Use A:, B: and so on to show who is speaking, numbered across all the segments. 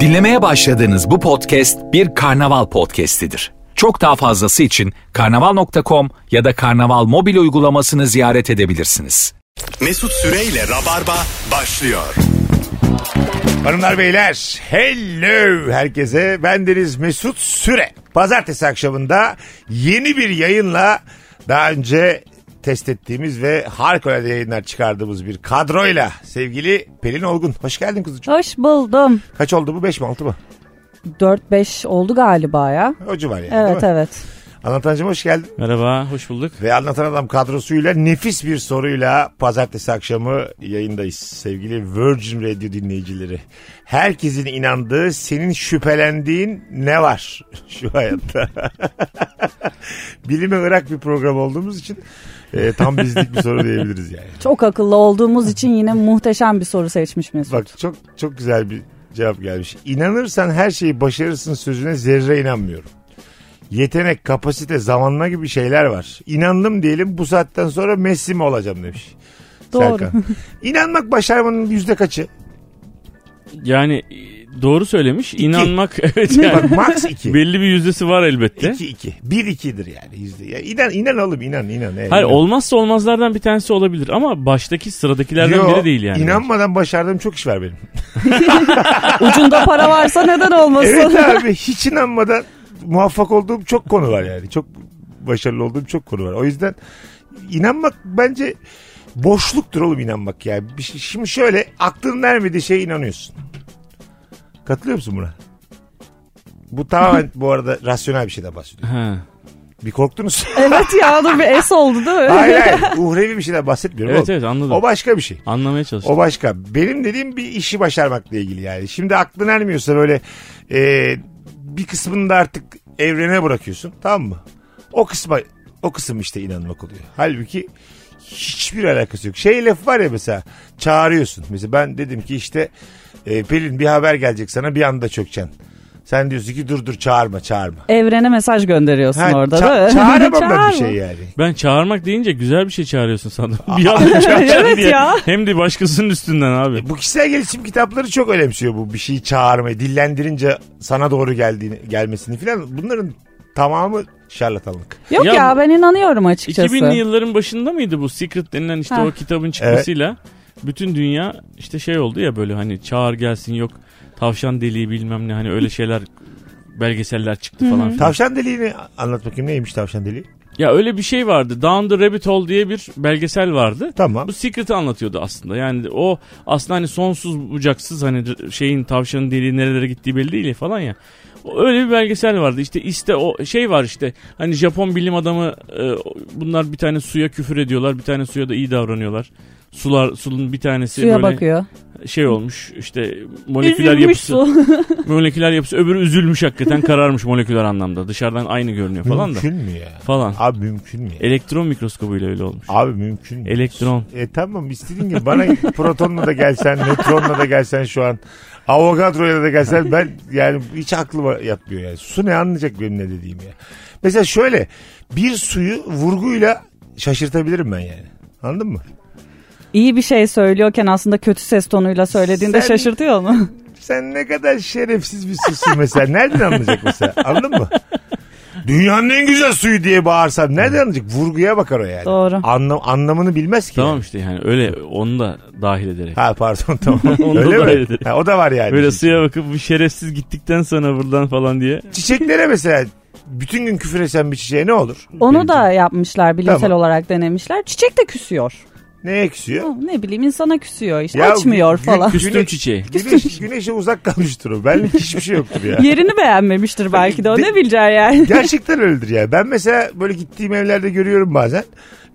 A: Dinlemeye başladığınız bu podcast bir karnaval podcastidir. Çok daha fazlası için karnaval.com ya da karnaval mobil uygulamasını ziyaret edebilirsiniz.
B: Mesut Süreyle Rabarba başlıyor.
C: Hanımlar beyler hello herkese ben Deniz Mesut Süre. Pazartesi akşamında yeni bir yayınla daha önce test ettiğimiz ve harikulade yayınlar çıkardığımız bir kadroyla sevgili Pelin Olgun. Hoş geldin kuzucuğum.
D: Hoş buldum.
C: Kaç oldu bu? 5 mi 6 mı?
D: 4-5 oldu galiba ya.
C: O civar yani. değil
D: Evet
C: mi?
D: evet.
C: Anlatancım hoş geldin.
E: Merhaba, hoş bulduk.
C: Ve Anlatan Adam kadrosuyla nefis bir soruyla pazartesi akşamı yayındayız. Sevgili Virgin Radio dinleyicileri. Herkesin inandığı, senin şüphelendiğin ne var şu hayatta? Bilime ırak bir program olduğumuz için e, tam bizlik bir soru diyebiliriz yani.
D: Çok akıllı olduğumuz için yine muhteşem bir soru seçmiş Mesut.
C: Bak çok çok güzel bir cevap gelmiş. İnanırsan her şeyi başarırsın sözüne zerre inanmıyorum. Yetenek, kapasite, zamanla gibi şeyler var. İnandım diyelim bu saatten sonra Messi mi olacağım demiş.
D: Doğru.
C: Serkan. İnanmak başarmanın yüzde kaçı?
E: Yani e, doğru söylemiş. İnanmak evet
C: Bak
E: yani.
C: max 2.
E: belli bir yüzdesi var elbette.
C: 2 2. 1 2'dir yani yüzde. Ya inan inan oğlum inan inan. E,
E: Hayır
C: inan.
E: olmazsa olmazlardan bir tanesi olabilir ama baştaki sıradakilerden
C: Yo,
E: biri değil yani.
C: İnanmadan başardığım çok iş var benim.
D: Ucunda para varsa neden olmasın?
C: Evet abi hiç inanmadan muvaffak olduğum çok konu var yani. Çok başarılı olduğum çok konu var. O yüzden inanmak bence boşluktur oğlum inanmak ya. Bir şey- Şimdi şöyle aklın vermediği şeye inanıyorsun. Katılıyor musun buna? Bu tamamen bu arada rasyonel bir şeyden bahsediyorum.
E: Ha.
C: Bir korktunuz.
D: Evet ya dur bir es oldu değil mi?
C: hayır hayır uhrevi bir şeyden bahsetmiyorum
E: Evet,
C: oğlum.
E: evet, anladım.
C: O başka bir şey.
E: Anlamaya çalıştım.
C: O başka. Benim dediğim bir işi başarmakla ilgili yani. Şimdi aklın ermiyorsa böyle e, bir kısmını da artık evrene bırakıyorsun. Tamam mı? O kısma o kısım işte inanmak oluyor. Halbuki hiçbir alakası yok. Şey laf var ya mesela çağırıyorsun. Mesela ben dedim ki işte e, Pelin bir haber gelecek sana bir anda çökeceksin. Sen diyorsun ki dur dur çağırma çağırma.
D: Evrene mesaj gönderiyorsun
C: Ha,
D: orada
C: ça-
D: değil mi?
C: çağıramam ben
D: Çağırma.
C: bir şey yani.
E: Ben çağırmak deyince güzel bir şey çağırıyorsun sandım. bir anda çağıracaksın
D: Evet
E: diye.
D: ya.
E: Hem de başkasının üstünden abi.
C: Bu kişisel gelişim kitapları çok önemsiyor bu bir şeyi çağırmayı, dillendirince sana doğru geldiğini, gelmesini filan. Bunların tamamı şarlatanlık.
D: Yok ya,
E: Ya-
D: ben inanıyorum açıkçası.
E: 2000'li yılların başında mıydı bu Secret denilen işte
D: Ha.
E: o kitabın çıkmasıyla bütün dünya işte şey oldu ya böyle hani çağır gelsin yok tavşan deliği bilmem ne hani öyle şeyler belgeseller çıktı falan filan.
C: Tavşan deliğini anlat bakayım neymiş tavşan deliği?
E: Ya öyle bir şey vardı. Down the Rabbit Hole diye bir belgesel vardı.
C: Tamam.
E: Bu Secret'ı anlatıyordu aslında. Yani o aslında hani sonsuz bucaksız hani d- şeyin tavşanın deliği nerelere gittiği belli değil falan ya. O- Öyle bir belgesel vardı. İşte işte o şey var işte. Hani Japon bilim adamı e, bunlar bir tane suya küfür ediyorlar. Bir tane suya da iyi davranıyorlar. Sular sulun bir tanesi
D: Suya
E: böyle
D: bakıyor.
E: şey olmuş. İşte moleküler
D: Üzülmüş
E: yapısı
D: su.
E: moleküler yapısı öbürü üzülmüş hakikaten kararmış moleküler anlamda. Dışarıdan aynı görünüyor falan da
C: Mümkün mü ya?
E: falan.
C: Abi mümkün mü ya?
E: Elektron mikroskobuyla öyle olmuş.
C: Abi mümkün mü?
E: Elektron.
C: E tamam istediğin gibi bana protonla da gelsen, nötronla da gelsen şu an, avogadroyla da gelsen ben yani hiç aklıma yatmıyor yani. Su ne anlayacak benim ne dediğimi ya. Mesela şöyle bir suyu vurguyla şaşırtabilirim ben yani. Anladın mı?
D: İyi bir şey söylüyorken aslında kötü ses tonuyla söylediğinde
C: Sen-
D: şaşırtıyor mu?
C: Sen ne kadar şerefsiz bir susun mesela. Nereden anlayacak mesela? Anladın mı? Dünyanın en güzel suyu diye bağırsam nereden anlayacak? Vurguya bakar o yani.
D: Doğru.
C: Anlam, anlamını bilmez ki.
E: Tamam işte yani öyle onu da dahil ederek.
C: Ha pardon tamam.
E: Onu da
C: Öyle mi?
E: öyle dedi.
C: Ha, o da var yani.
E: Böyle suya bakıp bu şerefsiz gittikten sonra buradan falan diye.
C: Çiçeklere mesela bütün gün küfür esen bir çiçeğe ne olur?
D: Onu da yapmışlar bilimsel
C: Tamam.
D: olarak denemişler. Çiçek de küsüyor.
C: Neye küsüyor?
D: Hı, Ne bileyim insana küsüyor işte
C: Ya
D: açmıyor
C: gü-
D: falan.
C: gü-
E: Küstüm çiçeği.
C: Güneş, güneşe uzak kalmıştır o. Benlik hiçbir şey yoktur ya.
D: Yerini beğenmemiştir belki de o
C: De-
D: ne bileceksin yani.
C: Gerçekten öyledir ya. Ben mesela böyle gittiğim evlerde görüyorum bazen.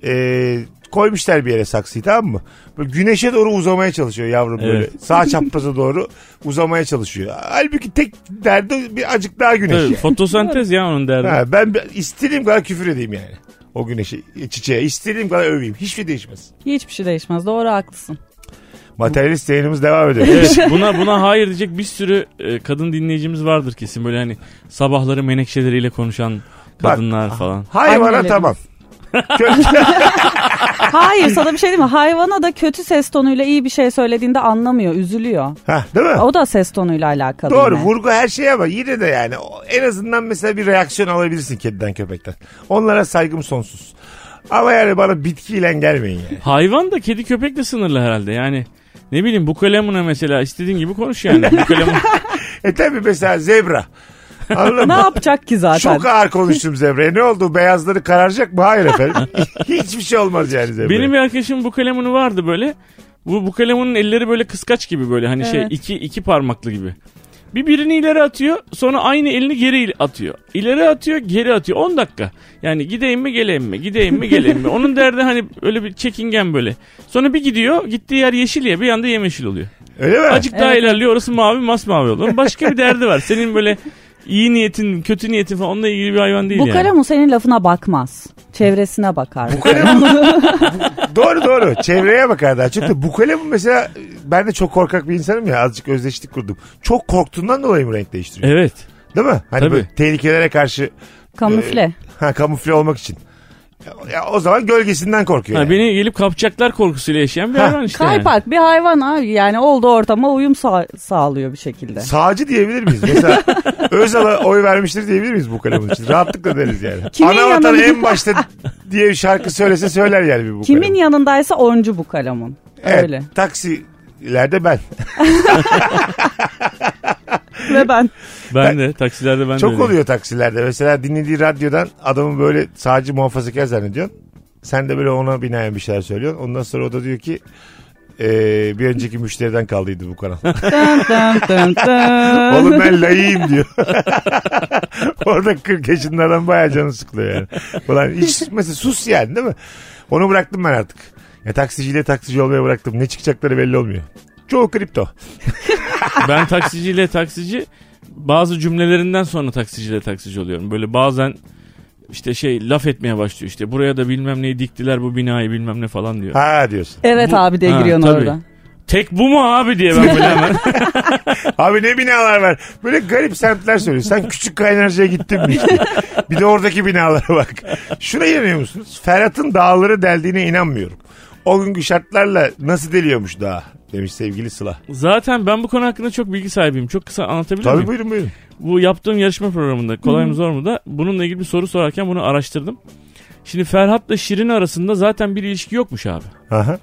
C: Ee, koymuşlar bir yere saksıyı tamam mı? Böyle güneşe doğru uzamaya çalışıyor yavrum böyle.
E: Evet.
C: Sağ çapraza doğru uzamaya çalışıyor. Halbuki tek derdi bir acık daha güneş.
E: Tabii,
C: yani.
E: fotosentez ya onun derdi.
C: Ha, ben bir- istediğim kadar küfür edeyim yani. O güneşe, çiçeğe istediğim kadar öveyim. Hiçbir şey değişmez.
D: Hiçbir şey değişmez doğru haklısın.
C: Materyalist yayınımız devam ediyor.
E: Evet, buna buna hayır diyecek bir sürü e, kadın dinleyicimiz vardır kesin. Böyle hani sabahları menekşeleriyle konuşan
C: Bak,
E: kadınlar falan.
C: Hayvana
D: Annelerimiz.
C: tamam.
D: Hayır sana bir şey diyeyim mi? Hayvana da kötü ses tonuyla iyi bir şey söylediğinde anlamıyor, üzülüyor.
C: ha, değil mi?
D: O da ses tonuyla alakalı.
C: Doğru
D: yine.
C: vurgu her şeye ama yine de yani o- en azından mesela bir reaksiyon alabilirsin kediden köpekten. Onlara saygım sonsuz. Ama yani bana bitkiyle gelmeyin yani.
E: Hayvan da kedi köpek de sınırlı herhalde yani. Ne bileyim bu kalemuna mesela istediğin gibi konuş yani. Bu kalem-
C: E tabi mesela zebra. Anladın
D: Ne
C: mı?
D: yapacak ki zaten?
C: Çok ağır konuştum zebraya. Ne oldu? Beyazları kararacak mı? Hayır efendim. Hiçbir şey olmaz yani zebraya.
E: Benim bir arkadaşım bu kalemunu vardı böyle. Bu bu kalemunun elleri böyle kıskaç gibi böyle hani şey
D: Evet.
E: iki iki parmaklı gibi. Bir birini ileri atıyor sonra aynı elini geri il- atıyor. İleri atıyor geri atıyor 10 dakika. Yani gideyim mi geleyim mi gideyim mi geleyim mi. Onun derdi hani öyle bir çekingen böyle. Sonra bir gidiyor gittiği yer yeşil ya bir anda yemyeşil oluyor.
C: Öyle mi?
E: Azıcık daha ilerliyor orası mavi masmavi olur. Başka bir derdi var. Senin böyle iyi niyetin kötü niyetin falan onunla ilgili bir hayvan değil
D: Bu
E: yani.
D: kalemun senin lafına bakmaz. Çevresine bakar.
C: doğru doğru. Çevreye bakar daha çok da. Bu kalem mesela ben de çok korkak bir insanım ya. Azıcık özdeşlik kurdum. Çok korktuğundan dolayı mı renk değiştiriyor?
E: Evet.
C: Değil mi? Hani
E: Tabii.
C: böyle tehlikelere karşı
D: Kamufle.
C: ha, kamufle olmak için. Ya- Ya, o zaman gölgesinden korkuyor.
E: Ha,
C: yani.
E: beni gelip kapacaklar korkusuyla yaşayan bir hayvan işte. yani.
D: Kaypak bir hayvan abi yani olduğu ortama uyum sağ- sağlıyor bir şekilde.
C: Sağcı diyebilir miyiz? Mesela Özal'a oy vermiştir diyebilir miyiz bu kalemin için? Rahatlıkla deriz yani.
D: Kimin
C: Ana vatan
D: yanında-
C: en başta diye bir şarkı söylese söyler yani bir bu
D: Kimin
C: kalemin.
D: yanındaysa oncu bu kalemun.
C: Evet,
D: Öyle.
C: Taksilerde ben.
D: Ve ben
E: Ben de taksilerde ben de.
C: Çok
E: öyleyim.
C: oluyor taksilerde. Mesela dinlediği radyodan adamı böyle sağcı muhafazakar zannediyorsun. Sen de böyle ona binaen bir şeyler söylüyorsun. Ondan sonra o da diyor ki "Ee, bir önceki müşteriden kaldıydı bu kanal.
D: dın dın dın dın.
C: Oğlum ben layığım diyor. Orada 40 yaşında adam bayağı canı sıkılıyor yani. Ulan hiç mesela sus yani değil mi? Onu bıraktım ben artık. Ya taksiciyle taksici olmaya bıraktım. Ne çıkacakları belli olmuyor. Çoğu kripto.
E: Ben taksiciyle taksici bazı cümlelerinden sonra taksiciyle taksici oluyorum. Böyle bazen işte şey laf etmeye başlıyor işte buraya da bilmem neyi diktiler bu binayı bilmem ne falan diyor.
C: Ha diyorsun.
D: Evet
E: Bu-
D: abi diye
E: Ha,
D: giriyorsun
E: tabii.
D: orada.
E: Tek bu mu abi diye ben böyle hemen.
C: Abi ne binalar var. Böyle garip semtler söylüyor. Sen küçük kaynarcaya gittin mi işte? Bir de oradaki binalara bak. Şuna inanıyor musunuz? Ferhat'ın dağları deldiğine inanmıyorum. O günkü şartlarla nasıl deliyormuş dağ demiş sevgili Sıla.
E: Zaten ben bu konu hakkında çok bilgi sahibiyim. Çok kısa anlatabilir
C: Tabii
E: miyim?
C: buyurun buyurun.
E: Bu yaptığım yarışma programında kolay mı zor mu da bununla ilgili bir soru sorarken bunu araştırdım. Şimdi Ferhat'la Şirin arasında zaten bir ilişki yokmuş abi.
C: Aha.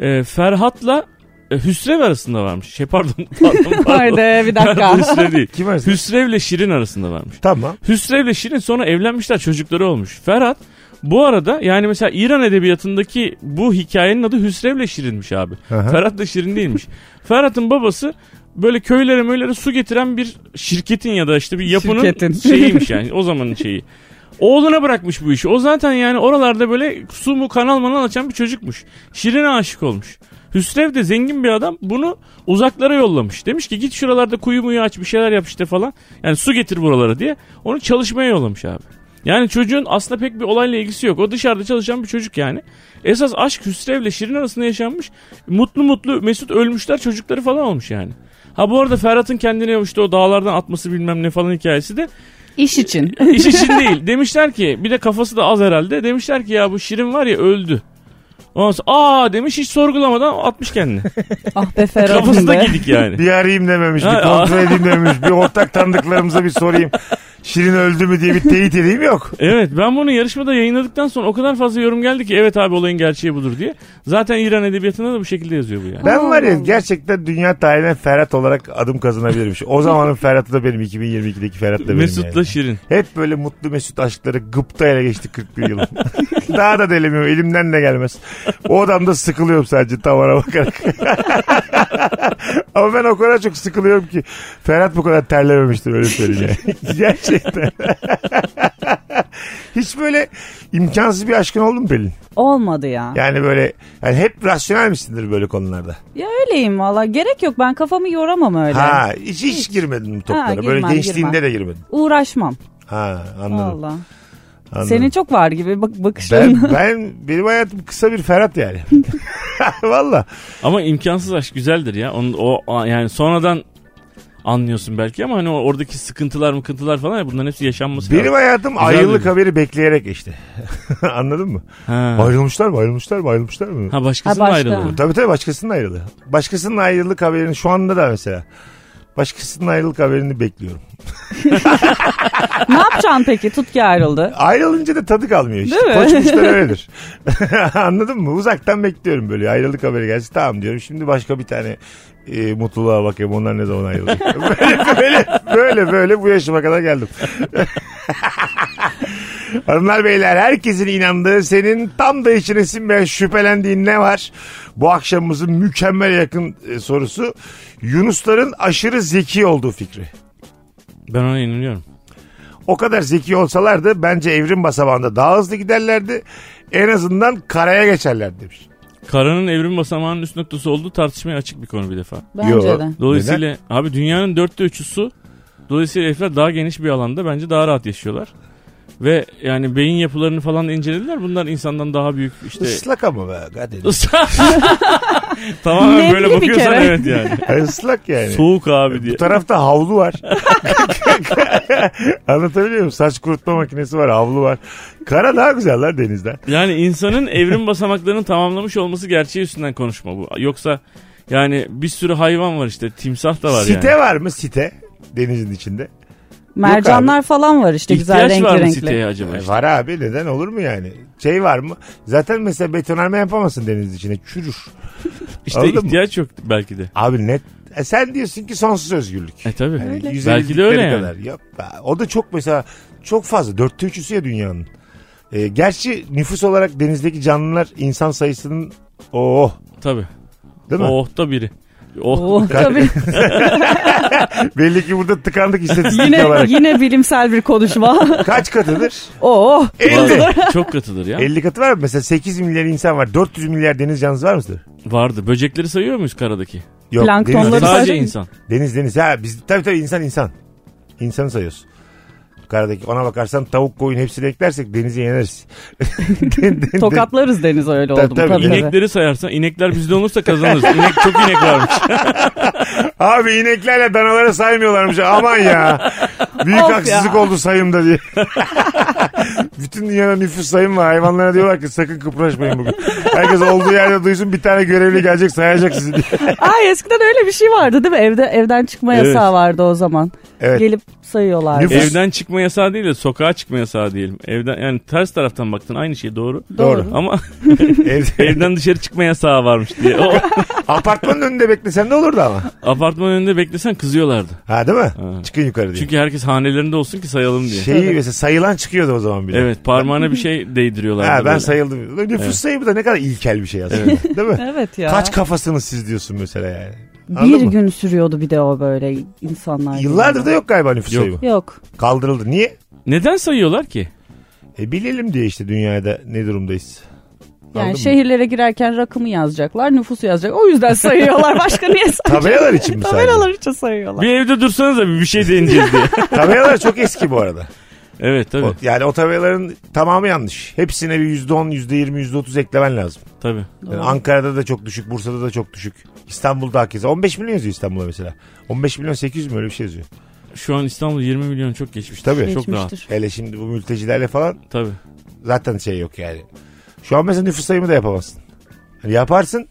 E: Ee, Ferhat'la e, Hüsrev arasında varmış. Şey pardon pardon pardon.
D: Haydi bir dakika.
E: Pardon, Hüsrev değil.
C: Kim arasında?
E: Hüsrev'le Şirin arasında varmış.
C: Tamam.
E: Hüsrev'le Şirin sonra evlenmişler çocukları olmuş. Ferhat bu arada yani mesela İran edebiyatındaki bu hikayenin adı Hüsrev'le Şirin'miş abi.
C: Aha.
E: Ferhat da Şirin değilmiş. Ferhat'ın babası böyle köylere möylere su getiren bir şirketin ya da işte bir yapının
D: Şirketin.
E: şeyiymiş yani o zamanın şeyi. Oğluna bırakmış bu işi. O zaten yani oralarda böyle su mu kanal manal açan bir çocukmuş. Şirin'e aşık olmuş. Hüsrev de zengin bir adam bunu uzaklara yollamış. Demiş ki git şuralarda kuyu muyu aç bir şeyler yap işte falan. Yani su getir buralara diye. Onu çalışmaya yollamış abi. Yani çocuğun aslında pek bir olayla ilgisi yok. O dışarıda çalışan bir çocuk yani. Esas aşk Hüsrev'le Şirin arasında yaşanmış. Mutlu mutlu Mesut ölmüşler çocukları falan olmuş yani. Ha bu arada Ferhat'ın kendini işte o dağlardan atması bilmem ne falan hikayesi de
D: İş için.
E: İş için değil. Demişler ki bir de kafası da az herhalde. Demişler ki ya bu Şirin var ya öldü. Ondan sonra aa demiş hiç sorgulamadan atmış kendini.
D: ah be Ferhat'ım
E: Kafası da
D: be.
E: gidik yani.
C: Bir arayayım dememiş, bir
E: Ha,
C: kontrol edeyim dememiş. Bir ortak tanıdıklarımıza bir sorayım. Şirin öldü mü diye bir teyit edeyim yok.
E: Evet ben bunu yarışmada yayınladıktan sonra o kadar fazla yorum geldi ki evet abi olayın gerçeği budur diye. Zaten İran edebiyatında da bu şekilde yazıyor bu yani.
C: Ben var ya gerçekten dünya tarihine Ferhat olarak adım kazanabilirim. Şu- O zamanın Ferhat'ı da benim 2022'deki Ferhat da benim.
E: Mesut'la
C: yani.
E: Şirin.
C: Hep böyle mutlu mesut aşkları gıpta ele geçti 41 yılın. Daha da delemiyorum elimden de gelmez. O adamda sıkılıyorum sadece tavana bakarak. Ama ben o kadar çok sıkılıyorum ki Ferhat bu kadar terlememiştir öyle söyleyeyim. yani. Gerçekten. Hiç böyle imkansız bir aşkın oldu mu Pelin?
D: Olmadı ya. ya.
C: Yani böyle yani hep rasyonel misindir böyle konularda?
D: öyleyim valla. Gerek yok ben kafamı yoramam öyle.
C: Ha hiç hiç girmedin bu toplara.
D: girmem,
C: böyle gençliğinde
D: girmem.
C: de girmedin.
D: Uğraşmam.
C: Ha anladım.
D: Valla.
C: anladım.
D: Senin çok var gibi bak bakışların.
C: Ben, ben benim hayatım kısa bir Ferhat yani. Valla.
E: Ama imkansız aşk güzeldir ya. Onun, o, a- yani sonradan anlıyorsun belki ama hani o- oradaki sıkıntılar mıkıntılar falan ya bunların hepsi yaşanması
C: Benim
E: lazım.
C: hayatım
E: Güzel
C: ayrılık
E: dedim.
C: haberi bekleyerek işte. Anladın mı?
E: Ha.
C: Ayrılmışlar mı ayrılmışlar mı ayrılmışlar mı?
E: ha
D: Ha,
E: başkasının
D: başka.
E: ayrılığı.
C: Tabii tabii başkasının ayrılığı. Başkasının ayrılık haberini şu anda da mesela. Başkasının ayrılık haberini bekliyorum.
D: ne yapacaksın peki? Tut ki ayrıldı.
C: Ayrılınca da tadı kalmıyor işte.
D: Değil mi?
C: Koçmuşlar öyledir. Anladın mı? Uzaktan bekliyorum böyle ayrılık haberi gelsin. Tamam diyorum şimdi başka bir tane e, mutluluğa bakayım onlar ne zaman ayrılacak. böyle, böyle, böyle böyle bu yaşıma kadar geldim. Hanımlar beyler herkesin inandığı senin tam da içine sinmeyen şüphelendiğin ne var? Bu akşamımızın mükemmel yakın e, sorusu Yunusların aşırı zeki olduğu fikri.
E: Ben ona inanıyorum.
C: O kadar zeki olsalardı bence evrim basamağında daha hızlı giderlerdi. En azından karaya geçerlerdi demiş.
E: Karanın evrim basamağının üst noktası olduğu tartışmaya açık bir konu bir defa.
D: Bence
C: Yo.
D: de.
E: Dolayısıyla abi dünyanın dörtte üçü su. Dolayısıyla herifler daha geniş bir alanda bence daha rahat yaşıyorlar. Ve yani beyin yapılarını falan da incelediler. Bunlar insandan daha büyük işte...
C: Islak ama be. hadi.
E: Tamamen
D: Nemli
E: böyle
D: bir
E: bakıyorsan
D: kere.
E: evet yani.
C: Islak yani.
E: Soğuk abi diye.
C: Bu tarafta havlu var. Anlatabiliyor muyum? Saç kurutma makinesi var, havlu var. Kara daha güzel lan denizden.
E: Yani insanın evrim basamaklarını tamamlamış olması gerçeği üstünden konuşma bu. Yoksa yani bir sürü hayvan var işte. Timsah da var
C: site
E: yani.
C: var mı site? Denizin içinde.
D: Mercanlar falan var işte güzel
E: İhtiyaç var
D: renkli
E: mı
D: renkli.
E: siteye acaba işte?
C: Var abi neden olur mu yani? Şey var mı? Zaten mesela betonarme yapamazsın denizin içine. Çürür.
E: İşte
C: Anladın mı?
E: ihtiyaç yok belki de.
C: Abi net. E sen diyorsun ki sonsuz özgürlük.
E: E tabi.
C: Yani
E: Belki de öyle
C: 150'likleri
E: yani.
C: Hani kadar. Yok be. o da çok mesela çok fazla. Dörtte üçüsü ya dünyanın. Ee, gerçi nüfus olarak denizdeki canlılar insan sayısının oh
E: Tabi.
C: değil mi?
E: Ohta biri. Oh.
D: Oh, tabii.
C: Belli ki burada tıkandık istatistik
D: yine
C: olarak.
D: yine bilimsel bir konuşma.
C: Kaç katıdır?
D: Oo.
C: 50.
E: Vallahi çok katılır ya.
C: 50 katı var mı? Mesela 8 milyar insan var. 400 milyar deniz canlısı var mıdır?
E: Vardı. Böcekleri sayıyor muyuz karadaki?
C: Yok.
D: Planktonları
C: Deniz,
D: say-
E: Sadece
D: sayıyor muyuz?
E: insan.
C: deniz, deniz. Ha, biz, tabii tabii insan insan. İnsanı sayıyoruz. Karadaki ona bakarsan tavuk koyun hepsini eklersek denizi yeneriz.
D: Tokatlarız deniz öyle
C: Tabii,
D: oldu mu?
C: tabii.
D: Tabii, tabii.
E: İnekleri sayarsan inekler bizde olursa kazanırız. İnek çok inek varmış.
C: Abi ineklerle danaları saymıyorlarmış. Aman ya. Büyük
D: Of
C: haksızlık
D: ya.
C: oldu sayımda diye. Bütün dünyada nüfus sayım var. Hayvanlara diyorlar ki sakın kıpraşmayın bugün. Herkes olduğu yerde duysun bir tane görevli gelecek sayacak sizi diye.
D: Ay eskiden öyle bir şey vardı değil mi? Evde evden çıkma
E: Evet.
D: yasağı vardı o zaman.
C: Evet.
D: Gelip sayıyorlardı.
C: Nüfus-
E: Evden çıkma yasağı değil de sokağa çıkma yasağı diyelim. Evden yani ters taraftan baktın aynı şey doğru.
C: Doğru.
E: Ama
C: Evde,
E: evden dışarı çıkma yasağı varmış diye. O
C: apartmanın önünde beklesen de olurdu ama.
E: apartmanın önünde beklesen kızıyorlardı.
C: Ha değil mi?
E: Ha.
C: Çıkın yukarı diye.
E: Çünkü herkes hanelerinde olsun ki sayalım diye.
C: Şeyi mesela sayılan çıkıyordu o zaman Şey bile.
E: Evet parmağına bir şey değdiriyorlardı.
C: Ha, ben
E: böyle.
C: sayıldım. Nüfus sayımı da ne kadar ilkel bir şey aslında. Değil mi?
D: Evet ya.
C: Kaç kafasınız siz diyorsun mesela yani. Anladın
D: bir
C: mı?
D: gün sürüyordu bir de o böyle insanlar.
C: Yıllardır da yok galiba nüfus
E: Yok.
C: sayımı.
D: Yok.
C: Kaldırıldı. Niye?
E: Neden sayıyorlar ki?
C: E bilelim diye işte dünyada ne durumdayız.
D: Yani
C: Anladın mı?
D: şehirlere girerken rakımı yazacaklar, nüfusu yazacak. O yüzden sayıyorlar. Başka niye sayıyorlar?
C: Tabelalar için mi sadece?
D: Tabelalar için sayıyorlar.
E: Bir evde dursanız da bir şey deneyeceğiz diye.
C: Tabelalar çok eski bu arada.
E: evet tabii.
C: O- yani o tabelaların tamamı yanlış. Hepsine bir %10, %20, %30 eklemen lazım.
E: tabii.
C: Yani Ankara'da da çok düşük, Bursa'da da çok düşük. İstanbul'da herkese 15 milyon yazıyor İstanbul'a mesela. 15 milyon 800 mü öyle bir şey yazıyor.
E: Şu an İstanbul 20 milyon çok geçmiş.
C: Tabii.
E: Çok rahat.
D: Geçmiştir.
C: Hele şimdi bu mültecilerle falan
E: Tabii.
C: zaten şey yok yani. Şu an mesela nüfus sayımı da yapamazsın. Hani yaparsın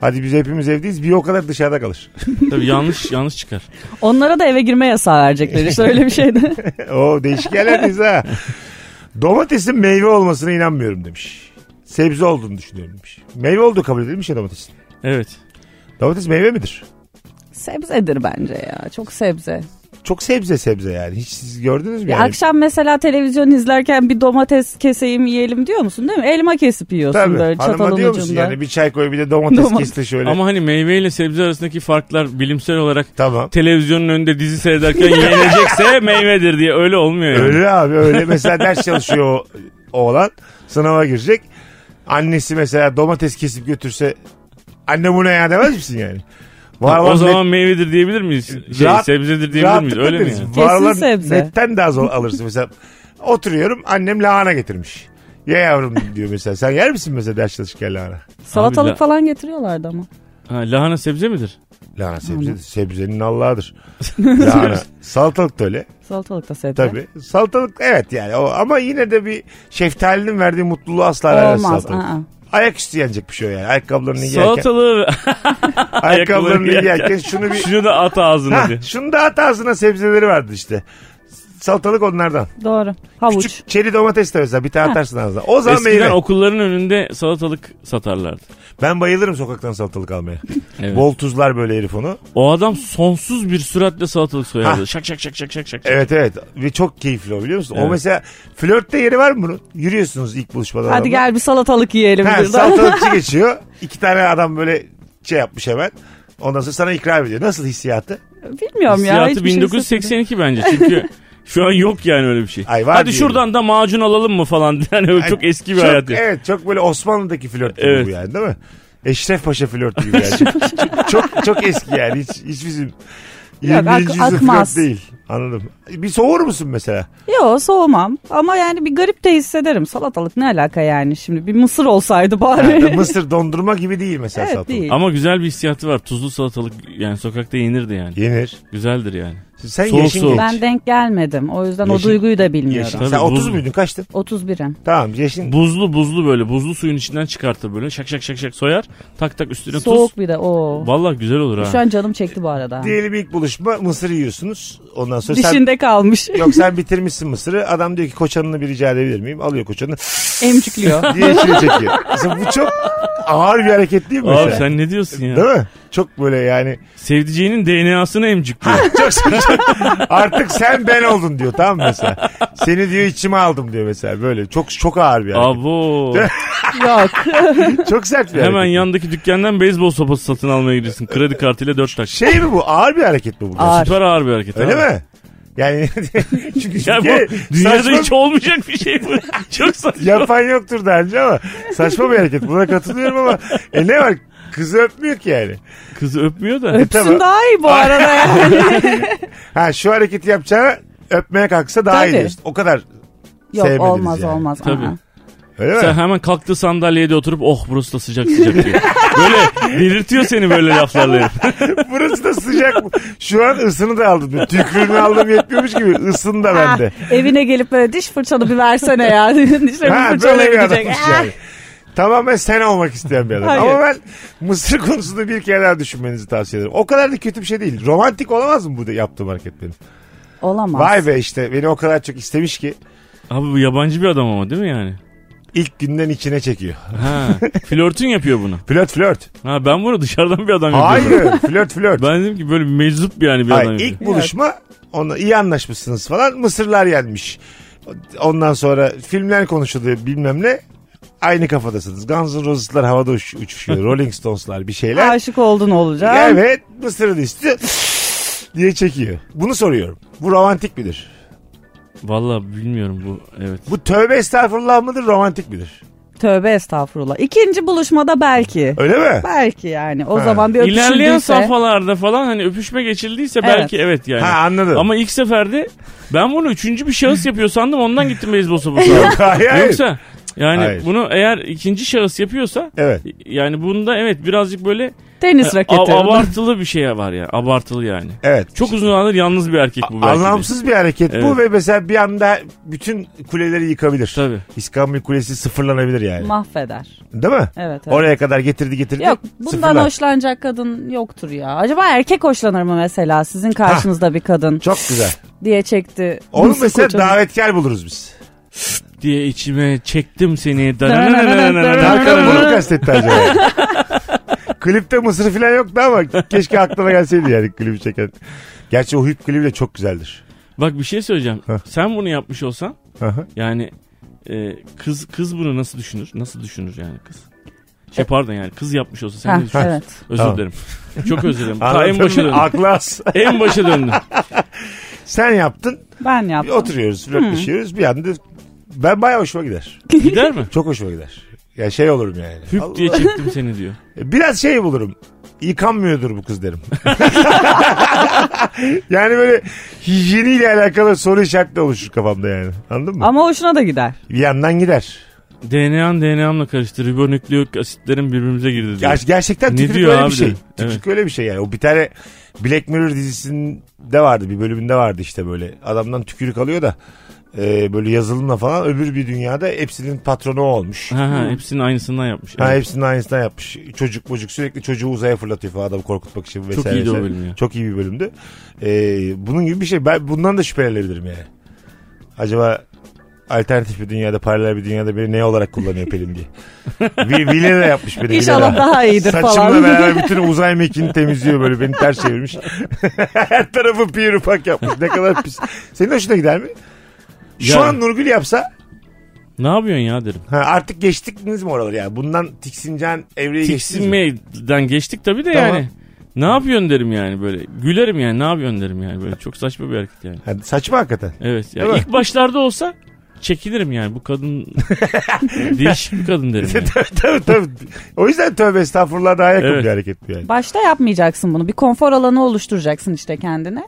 C: Hadi biz hepimiz evdeyiz. Bir o kadar dışarıda kalır.
E: Tabii yanlış yanlış çıkar.
D: Onlara da eve girme yasağı verecekler işte öyle bir şey şeydi.
C: o değişik yerlerdeyiz ha. Domatesin meyve olmasına inanmıyorum demiş. Sebze olduğunu düşünüyorum demiş. Meyve olduğu kabul edilmiş ya domatesin.
E: Evet.
C: Domates meyve midir?
D: Sebzedir bence ya. Çok sebze.
C: Çok sebze sebze yani. Hiç siz gördünüz mü?
D: Ya
C: yani?
D: akşam mesela televizyon izlerken bir domates keseyim yiyelim diyor musun değil mi? Elma kesip yiyorsun
C: Tabii.
D: böyle
C: Hanıma
D: çatalın
C: diyor musun
D: ucunda.
C: yani bir çay koy bir de domates
D: Domates.
C: kesti şöyle.
E: Ama hani meyveyle sebze arasındaki farklar bilimsel olarak
C: Tamam.
E: televizyonun önünde dizi seyrederken yenecekse meyvedir diye öyle olmuyor yani.
C: Öyle abi öyle. Mesela ders çalışıyor o oğlan. Sınava girecek. Annesi mesela domates kesip götürse anne bu ne ya demez misin yani? Var
E: o
C: olan
E: zaman meyvedir diyebilir miyiz? Şey,
C: Rahat-
E: sebzedir
C: net,
E: diyebilir miyiz? Öyle mi?
C: deriz.
E: yani?
C: Var olan
D: sebze.
C: netten daha zor alırsın mesela. Oturuyorum annem lahana getirmiş. Ye yavrum diyor mesela. Sen yer misin mesela ders çalışırken lahana?
D: Salatalık
E: Abi la-
D: falan getiriyorlardı ama.
E: Ha, lahana sebze midir?
C: Lahana sebze, sebzenin Allah'ıdır. Lahana. Salatalık da öyle.
D: Salatalık da sebze.
C: Tabii. Salatalık evet yani. O, ama yine de bir şeftalinin verdiği mutluluğu asla vermez
D: Olmaz,
C: salatalık.
D: aa.
C: Ayak üstü yenecek bir şey o yani. Ayakkabılarını giyerken.
E: Salatalığı
C: Ayakkabılarını
E: Ayakkabılarını
C: giyerken şunu bir...
E: şunu da at ağzına
C: Ha,
E: diye.
C: şunu da at ağzına sebzeleri vardı işte. Salatalık onlardan.
D: Doğru. Havuç.
C: Küçük çeri domates de mesela bir tane atarsın ağzına. O zaman
E: Eskiden
C: meyve.
E: okulların önünde salatalık satarlardı.
C: Ben bayılırım sokaktan salatalık almaya.
E: Evet.
C: Bol tuzlar böyle herif onu.
E: O adam sonsuz bir süratle salatalık soyardı.
C: Ha.
E: Şak şak şak şak şak şak.
C: Evet evet ve çok keyifli o biliyor musun? O
E: Evet.
C: mesela flörtte yeri var mı bunun? Yürüyorsunuz ilk buluşmada.
D: Hadi
C: adamla.
D: gel bir salatalık yiyelim.
C: Ha,
D: burada.
C: salatalıkçı geçiyor. İki tane adam böyle şey yapmış hemen. Ondan sonra sana ikram ediyor. Nasıl hissiyatı?
D: Bilmiyorum ya.
E: Hissiyatı
D: hiçbir şey hissetmedim.
E: 1982 bence çünkü şu an yok yani öyle bir şey.
C: Ay var
E: Hadi
C: diyelim.
E: şuradan da macun alalım mı falan. Yani öyle çok
C: Ay,
E: eski bir
C: çok- e-
E: hayat. yani.
C: Evet çok böyle Osmanlı'daki flört gibi
E: Evet.
C: bu yani değil mi? Eşref Paşa flörtü gibi yani. çok, çok, çok eski yani. Hiç, hiç bizim 21.
D: ak-
C: yüzyıl flört
D: akmaz.
C: değil. Anladım. Bir soğur musun mesela?
D: Yo soğumam ama yani bir garip de hissederim. Salatalık ne alaka yani şimdi bir mısır olsaydı bari.
C: Mısır dondurma gibi değil mesela
D: Evet,
C: salatalık.
D: değil.
E: Ama güzel bir hissiyatı var. Tuzlu salatalık yani sokakta yenirdi yani.
C: Yenir.
E: Güzeldir yani.
C: Sen
E: Soğuk
C: yaşın
E: soğuk.
C: genç.
D: ben denk gelmedim o yüzden
C: Yaşın-
D: o duyguyu da
C: Yaşın.
D: bilmiyorum.
E: Tabii,
C: Sen 30
E: buz-
C: muydun kaçtın?
D: 31'im.
C: Tamam yaşın.
E: Buzlu buzlu böyle buzlu suyun içinden çıkartır böyle şak şak şak şak soyar tak tak üstüne
D: Soğuk
E: tuz.
D: bir de o.
E: Vallahi güzel olur ha.
D: Şu an canım çekti bu arada.
C: Diyelim ilk buluşma mısır yiyorsunuz. Ondan sonra sen...
D: Dişinde kalmış.
C: Yok sen bitirmişsin mısırı. Adam diyor ki koçanını bir rica edebilir miyim? Alıyor koçanını
D: Emcikliyor.
C: diye içine çekiyor. Mesela bu çok ağır bir hareket değil mi?
E: Abi
C: mesela?
E: sen ne diyorsun ya?
C: Değil mi? Çok böyle yani
E: Sevdiceğinin DNA'sını emcikliyor.
C: çok, çok- artık sen ben oldun diyor tamam mı mesela. Seni diyor içime aldım diyor mesela böyle çok çok ağır bir hareket.
E: Abo.
D: Yok.
C: Çok sert bir
E: Hemen
C: hareket.
E: yandaki dükkandan beyzbol sopası satın almaya gidersin. Kredi kartıyla 4 tak.
C: Şey mi bu ağır bir hareket mi bu?
D: Ağır.
E: Süper ağır bir hareket.
C: Öyle
E: abi.
C: mi? Yani çünkü
E: Ya
C: Türkiye
E: bu dünyada
C: saçma-
E: hiç olmayacak bir şey bu. Çok saçma.
C: Yapan yoktur daha önce ama saçma bir hareket. Buna katılıyorum ama e ne var? Kızı öpmüyor ki yani.
E: Kızı öpmüyor da.
D: Öpsün
C: tamam.
D: daha iyi bu arada yani.
C: Ha şu hareketi yapacağına öpmeye kalksa daha iyi
D: Tabii.
C: diyorsun. O kadar
D: Yok
C: Sevmediniz
D: olmaz
C: yani.
D: olmaz. Aa.
E: Tabii.
C: öyle mi?
E: Sen hemen kalktı sandalyede oturup oh burası da sıcak sıcak diyor. Böyle delirtiyor seni böyle laflarla. herif.
C: Burası da sıcak. Şu an ısını da aldım. Tükürüğünü aldım yetmiyormuş gibi ısın da
D: Ah,
C: bende.
D: evine gelip böyle diş fırçanı bir versene ya. Dişlerimi
C: Ha böyle bir
D: fırçalayabilecek.
C: adammış
D: Ah.
C: yani. Tamamen sen olmak isteyen bir adam.
D: Hayır.
C: Ama ben mısır konusunda bir kere daha düşünmenizi tavsiye ederim. O kadar da kötü bir şey değil. Romantik olamaz mı bu da yaptığım hareket benim?
D: Olamaz.
C: Vay be işte beni o kadar çok istemiş ki
E: Abi bu yabancı bir adam ama değil mi yani?
C: ilk günden içine çekiyor.
E: Ha. Flörtün yapıyor bunu.
C: Flört flört.
E: Ha ben bunu dışarıdan bir adam yapıyorum.
C: Hayır flört flört.
E: Ben dedim ki böyle meczup yani bir
C: Hayır,
E: adam
C: ilk
E: yapıyor.
C: buluşma ona iyi anlaşmışsınız falan mısırlar yenmiş. Ondan sonra filmler konuşuluyor bilmem ne. Aynı kafadasınız. Guns N' Roses'lar havada uç- uçuşuyor. Rolling Stones'lar bir şeyler.
D: Aşık oldun olacak.
C: evet mısırını istiyor. diye çekiyor. Bunu soruyorum. Bu romantik midir?
E: Valla bilmiyorum bu evet.
C: Bu tövbe estağfurullah mıdır romantik midir?
D: Tövbe estağfurullah. İkinci buluşmada belki.
C: Öyle mi?
D: Belki yani. O
C: Ha.
D: zaman bir
E: İlerleyen
D: öpüşüldüyse.
E: safhalarda falan hani öpüşme geçildiyse
D: Evet.
E: belki evet yani.
C: Ha anladım.
E: Ama ilk seferde ben bunu üçüncü bir şahıs yapıyor sandım ondan gittim beyzbol sopası.
C: Yok, hayır, hayır.
E: Yoksa yani
C: Hayır.
E: bunu eğer ikinci şahıs yapıyorsa
C: Evet.
E: yani bunda evet birazcık böyle
D: Tenis
E: a-
D: raketi.
E: abartılı bir şey var ya. Abartılı yani.
C: Evet.
E: Çok uzun zamandır yalnız bir erkek bu belki de.
C: Anlamsız bir hareket bu
E: Evet.
C: ve mesela bir anda bütün kuleleri yıkabilir.
E: Tabii.
C: İskambil Kulesi sıfırlanabilir yani.
D: Mahveder.
C: Değil mi?
D: Evet, evet.
C: Oraya kadar getirdi getirdi.
D: Yok bundan
C: Sıfırlar.
D: hoşlanacak kadın yoktur ya. Acaba erkek hoşlanır mı mesela sizin karşınızda bir kadın
C: Çok güzel.
D: diye çekti.
C: Onu
D: Nasıl
C: mesela
D: kocanız?
C: davetgel buluruz biz.
E: diye içime çektim seni.
C: Tarkan bunu mu kastetti acaba. Klipte mısır falan yoktu ama keşke aklına gelseydi yani klibi çeken. Gerçi o hüp klibi de çok güzeldir.
E: Bak bir şey söyleyeceğim.
C: Heh.
E: Sen bunu yapmış olsan
C: Hı hı.
E: yani e, kız kız bunu nasıl düşünür? Nasıl düşünür yani kız? Şey pardon yani kız yapmış olsa sen
D: Heh,
E: ne düşünürsün?
D: evet.
E: Özür
C: Tamam.
E: dilerim. Çok özür dilerim. Ta
C: Anladın
E: en
C: mı?
E: başa döndüm.
C: Aklı az.
E: en başa döndüm.
C: Sen yaptın.
D: Ben
C: Bir
D: yaptım.
C: oturuyoruz, flörtleşiyoruz. Bir anda ben bayağı hoşuma gider.
E: Gider mi?
C: Çok hoşuma gider. Ya şey olurum yani.
E: Hüp diye çektim seni diyor.
C: Biraz şey bulurum. Yıkanmıyordur bu kız derim. yani böyle hijyeniyle alakalı soru işaretli oluşur kafamda yani. Anladın mı?
D: Ama hoşuna da gider.
C: Bir yandan gider.
E: DNA'm DNA'mla karıştı. Ribonükleik asitlerin birbirimize girdi diyor.
C: Ger- gerçekten
E: Ne
C: tipik
E: diyor
C: öyle bir
E: abi
C: şey.
E: de?
C: Tipik
E: Evet.
C: öyle bir şey yani. O bir tane Black Mirror dizisinde vardı. Bir bölümünde vardı işte böyle. Adamdan tükürük alıyor da e, böyle yazılımla falan öbür bir dünyada hepsinin patronu o olmuş.
E: Ha, ha, hepsinin aynısından yapmış.
C: Ha,
E: Evet.
C: hepsinin aynısından yapmış. Çocuk bocuk sürekli çocuğu uzaya fırlatıyor falan adamı korkutmak için vesaire.
E: iyiydi o
C: vesaire.
E: bölüm ya.
C: Çok iyi bir bölümdü. E, bunun gibi bir şey. Ben bundan da şüphelenebilirim yani. Acaba alternatif bir dünyada paralel bir dünyada beni ne olarak kullanıyor Pelin diye. Vi- Vilera yapmış beni.
D: İnşallah
C: Vilera.
D: daha iyidir
C: Saçımla
D: falan.
C: beraber bütün uzay mekiğini temizliyor böyle beni ters çevirmiş. Her tarafı pir ufak yapmış. Ne kadar pis. Senin hoşuna gider mi? Şu
E: Yani.
C: an Nurgül yapsa
E: Ne yapıyorsun ya derim.
C: ha, artık geçtiniz mi oraları yani? Bundan tiksineceğin evreyi geçtiniz mi?
E: Tiksinmeden geçtik tabii de
C: Tamam.
E: yani. Ne yapıyorsun derim yani böyle. Gülerim yani ne yapıyorsun derim yani böyle. Çok saçma bir hareket yani.
C: Ha, saçma hakikaten.
E: Evet. Yani
C: Değil mi?
E: ilk başlarda olsa çekinirim yani. Bu kadın değişik bir kadın derim yani.
C: tabii, tabii, tabii. O yüzden tövbe estağfurullah daha yakın
E: Evet.
C: bir hareket bu yani.
D: Başta yapmayacaksın bunu. Bir konfor alanı oluşturacaksın işte kendine.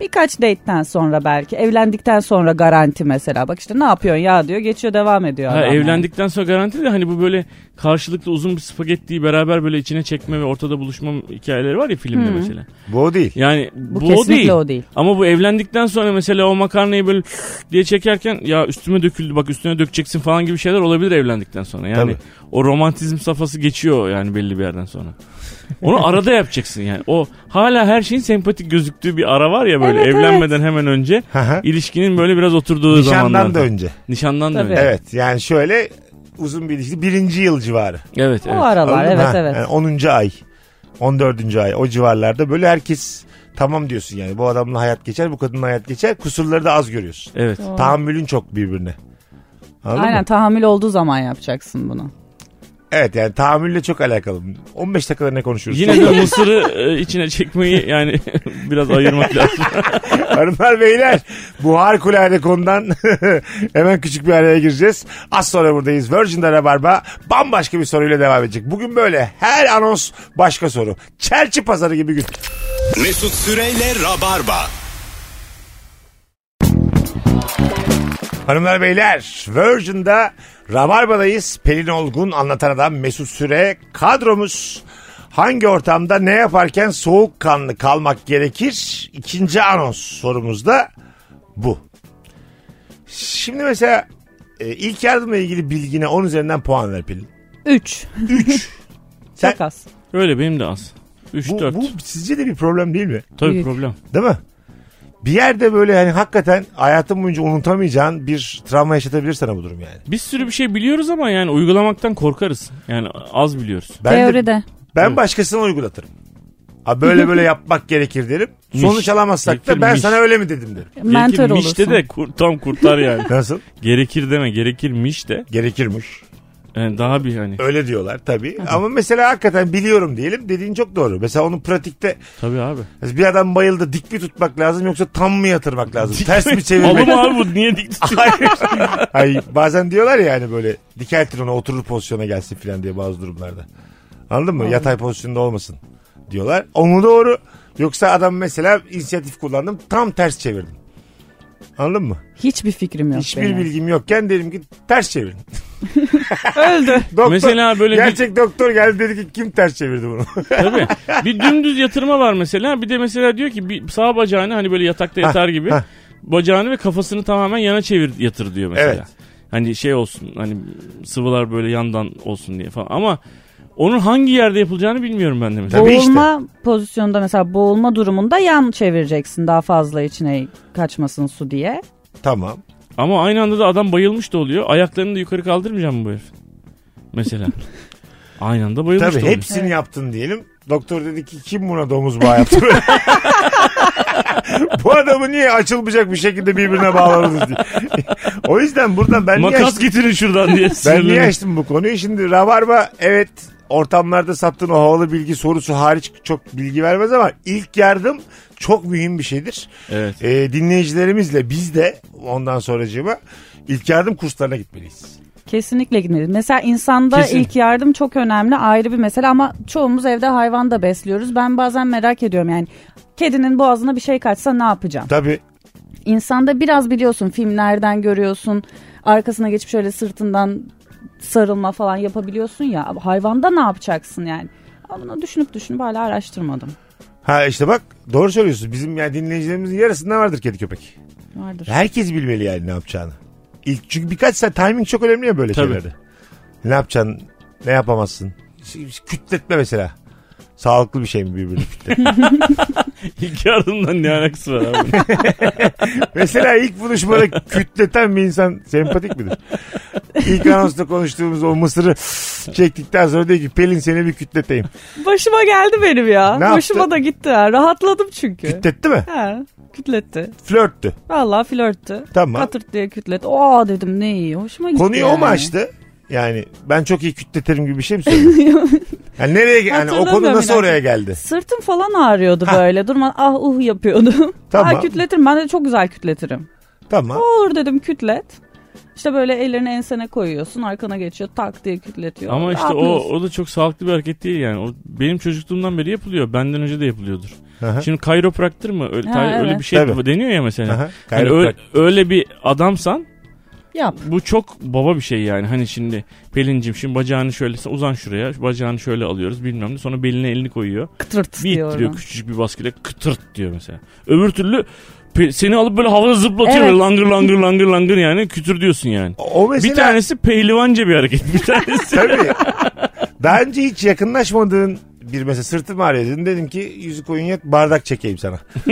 D: Birkaç date'ten sonra belki. Evlendikten sonra garanti mesela. Bak işte ne yapıyorsun ya diyor. Geçiyor devam ediyor.
E: Ha,
D: adam yani.
E: evlendikten sonra garanti de hani bu böyle karşılıklı uzun bir spagettiyi beraber böyle içine çekme ve ortada buluşma hikayeleri var ya filmde mesela.
C: Bu o değil.
E: Yani bu, o
D: kesinlikle
E: değil.
D: o değil.
E: Ama bu evlendikten sonra mesela o makarnayı böyle diye çekerken ya üstüme döküldü bak üstüne dökeceksin falan gibi şeyler olabilir evlendikten sonra. Yani
C: Tabii.
E: o romantizm safhası geçiyor yani belli bir yerden sonra. Onu arada yapacaksın yani. O hala her şeyin sempatik gözüktüğü bir ara var ya böyle
D: Evet,
E: evlenmeden hemen önce
C: Hı hı.
E: ilişkinin böyle biraz oturduğu
C: Nişandan
E: zamanlarda.
C: da önce.
E: Nişandan da
D: Tabii.
E: önce. Evet.
C: Evet yani şöyle uzun bir ilişki birinci yıl civarı.
E: evet,
D: O aralar
C: Anladın mı?
D: evet
C: Ha,
D: evet.
C: yani 10. ay, 14. ay o civarlarda böyle herkes tamam diyorsun yani. Bu adamla hayat geçer, bu kadınla hayat geçer. Kusurları da az görüyorsun.
E: Evet.
C: Tahammülün çok birbirine. Anladın
D: Aynen
C: mı?
D: tahammül olduğu zaman yapacaksın bunu.
C: Evet yani tahammülle çok alakalı. 15 dakikada ne konuşuyoruz?
E: Yine de mısırı e, içine çekmeyi yani biraz ayırmak lazım.
C: Hanımlar beyler bu harikulade konudan hemen küçük bir araya gireceğiz. Az sonra buradayız. Virgin'de Rabarba bambaşka bir soruyla devam edecek. Bugün böyle her anons başka soru. Çerçi pazarı gibi gün.
B: Mesut Süreyle Rabarba.
C: Hanımlar beyler Virgin'da Rabarba'dayız. Pelin Olgun anlatan adam Mesut Süre kadromuz. Hangi ortamda ne yaparken soğukkanlı kalmak gerekir? İkinci anons sorumuz da bu. Şimdi mesela e, ilk yardımla ilgili bilgine 10 üzerinden puan ver Pelin.
D: 3.
C: 3. Sen-
D: Çok az.
E: Öyle benim de az. 3
C: bu,
E: 4.
C: bu sizce de bir problem değil mi?
E: Tabii
D: büyük.
E: problem.
C: Değil mi? Bir yerde böyle hani hakikaten hayatın boyunca unutamayacağın bir travma yaşatabilir sana bu durum yani.
E: Bir sürü bir şey biliyoruz ama yani uygulamaktan korkarız. Yani az biliyoruz.
C: Ben de-
D: Teoride.
C: Ben başkasına uygulatırım. Ha böyle böyle yapmak gerekir derim.
E: Miş.
C: Sonuç alamazsak da
E: Gerekir
C: ben
E: miş.
C: sana öyle mi dedim derim.
D: Mentor
E: Gerekirmiş
D: olursun.
E: de de kur- tam kurtar yani.
C: Nasıl?
E: Gerekir deme gerekirmiş de.
C: Gerekirmiş.
E: Yani daha bir hani.
C: Öyle diyorlar tabii. Ama mesela hakikaten biliyorum diyelim dediğin çok doğru. Mesela onun pratikte
E: Tabii abi.
C: bir adam bayıldı dik mi tutmak lazım yoksa tam mı yatırmak lazım? Ters mi
E: Oğlum
C: çevirmek?
E: abi bu niye dik tutuyor?
C: Hayır. Ay, bazen diyorlar ya hani böyle dikeltin ona oturur pozisyona gelsin falan diye bazı durumlarda. Anladın mı? Yatay pozisyonda olmasın diyorlar. Onu doğru. Yoksa adam mesela inisiyatif kullandım tam ters çevirdim. Anladın mı?
D: Hiçbir fikrim yok
C: Hiçbir
D: benim.
C: bilgim yokken dedim ki ters çevirin.
D: Öldü.
C: Doktor,
E: Mesela böyle bir-
C: gerçek doktor geldi dedi ki kim ters çevirdi bunu?
E: Tabii. Bir dümdüz yatırma var mesela. Bir de mesela diyor ki bir sağ bacağını hani böyle yatakta yatar gibi.
C: hah.
E: Bacağını ve kafasını tamamen yana çevir yatır diyor mesela.
C: Evet.
E: Hani şey olsun hani sıvılar böyle yandan olsun diye falan. Ama onun hangi yerde yapılacağını bilmiyorum ben de mesela.
C: Tabii işte.
D: boğulma pozisyonda mesela boğulma durumunda yan çevireceksin daha fazla içine kaçmasın su diye.
C: tamam.
E: Ama aynı anda da adam bayılmış da oluyor. Ayaklarını da yukarı kaldırmayacak mı bu herif? Mesela. aynı anda bayılmış
C: Tabii
E: da oluyor.
C: hepsini yaptın diyelim. Doktor dedi ki kim buna domuz bağı yaptı? Bu adamı niye açılmayacak bir şekilde birbirine bağladınız diye. o yüzden buradan ben niye
E: Makas
C: açtım,
E: getirin şuradan diye
C: ben niye
E: sinirlenip-
C: açtım bu konuyu? Şimdi Rabarba evet ortamlarda sattığın o havalı bilgi sorusu hariç çok bilgi vermez ama ilk yardım çok mühim bir şeydir.
E: Evet.
C: Ee, dinleyicilerimizle biz de ondan sonracığıma ilk yardım kurslarına gitmeliyiz.
D: Kesinlikle gitmedi. Mesela insanda
E: Kesin.
D: ilk yardım çok önemli ayrı bir mesele ama çoğumuz evde hayvan da besliyoruz. Ben bazen merak ediyorum yani kedinin boğazına bir şey kaçsa ne yapacağım?
C: Tabii.
D: İnsanda biraz biliyorsun filmlerden görüyorsun arkasına geçip şöyle sırtından sarılma falan yapabiliyorsun ya. Hayvanda ne yapacaksın yani? Ama Bunu düşünüp düşünüp hala araştırmadım.
C: Ha işte bak doğru söylüyorsun. Bizim yani dinleyicilerimizin yarısında vardır kedi köpek.
D: Vardır.
C: Herkes bilmeli yani ne yapacağını. İlk, çünkü birkaç saat timing çok önemli ya böyle
E: Tabii.
C: şeylerde. Ne yapacaksın? Ne yapamazsın? Ş- ş- Kütletme mesela. Sağlıklı bir şey mi birbirini kütletme?
E: İlk yardımdan ne alakası var abi?
C: mesela ilk buluşmada kütleten bir insan sempatik midir? İlk anonsda konuştuğumuz o mısırı çektikten sonra diyor ki Pelin seni bir kütleteyim.
D: Başıma geldi benim ya.
C: Ne
D: Başıma
C: yaptı?
D: da gitti ha. Rahatladım çünkü.
C: Kütletti mi?
D: He, kütletti.
C: Flörttü.
D: Vallahi flörttü.
C: Tamam.
D: Katırt diye kütletti. Aa dedim ne iyi. Hoşuma gitti.
C: Konuyu o
D: yani.
C: mu açtı? Yani ben çok iyi kütletirim gibi bir şey mi söyledin? yani nereye yani o konu
D: Hatırlamıyorum
C: nasıl
D: inan.
C: oraya geldi?
D: Sırtım falan ağrıyordu böyle. Durma ah uh yapıyordum.
C: Tamam.
D: Aa, kütletirim. Ben de çok güzel kütletirim.
C: Tamam.
D: Olur dedim kütlet. İşte böyle ellerini ensene koyuyorsun. Arkana geçiyor. Tak diye kütletiyor.
E: Ama işte o,
D: Rahatlıyorsun.
E: o da çok sağlıklı bir hareket değil yani. O benim çocukluğumdan beri yapılıyor. Benden önce de yapılıyordur.
C: Aha.
E: Şimdi kayropraktır mı? Öyle,
D: Ha,
E: tay- öyle
D: evet.
E: bir şey
C: Tabii.
E: deniyor ya mesela.
C: Aha,
E: Hani
C: gayret
E: öyle,
C: bak.
E: öyle bir adamsan
D: Yap.
E: bu çok baba bir şey yani. Hani şimdi Pelin'cim şimdi bacağını şöyle sen uzan şuraya. Bacağını şöyle alıyoruz bilmem ne. Sonra beline elini koyuyor.
D: Kıtırt
E: Bir
D: diyor.
E: ittiriyor
D: oradan.
E: küçücük bir baskıyla kıtırt diyor mesela. Öbür türlü pe- seni alıp böyle havada zıplatıyor.
D: Evet.
E: böyle Langır langır langır langır yani kütür diyorsun yani.
C: O mesela
E: Bir tanesi pehlivanca bir hareket. Bir tanesi
C: tabii. Daha önce hiç yakınlaşmadığın bir mesela sırtım ağrıyor dedim. Dedim ki yüzü koyun yat bardak çekeyim sana.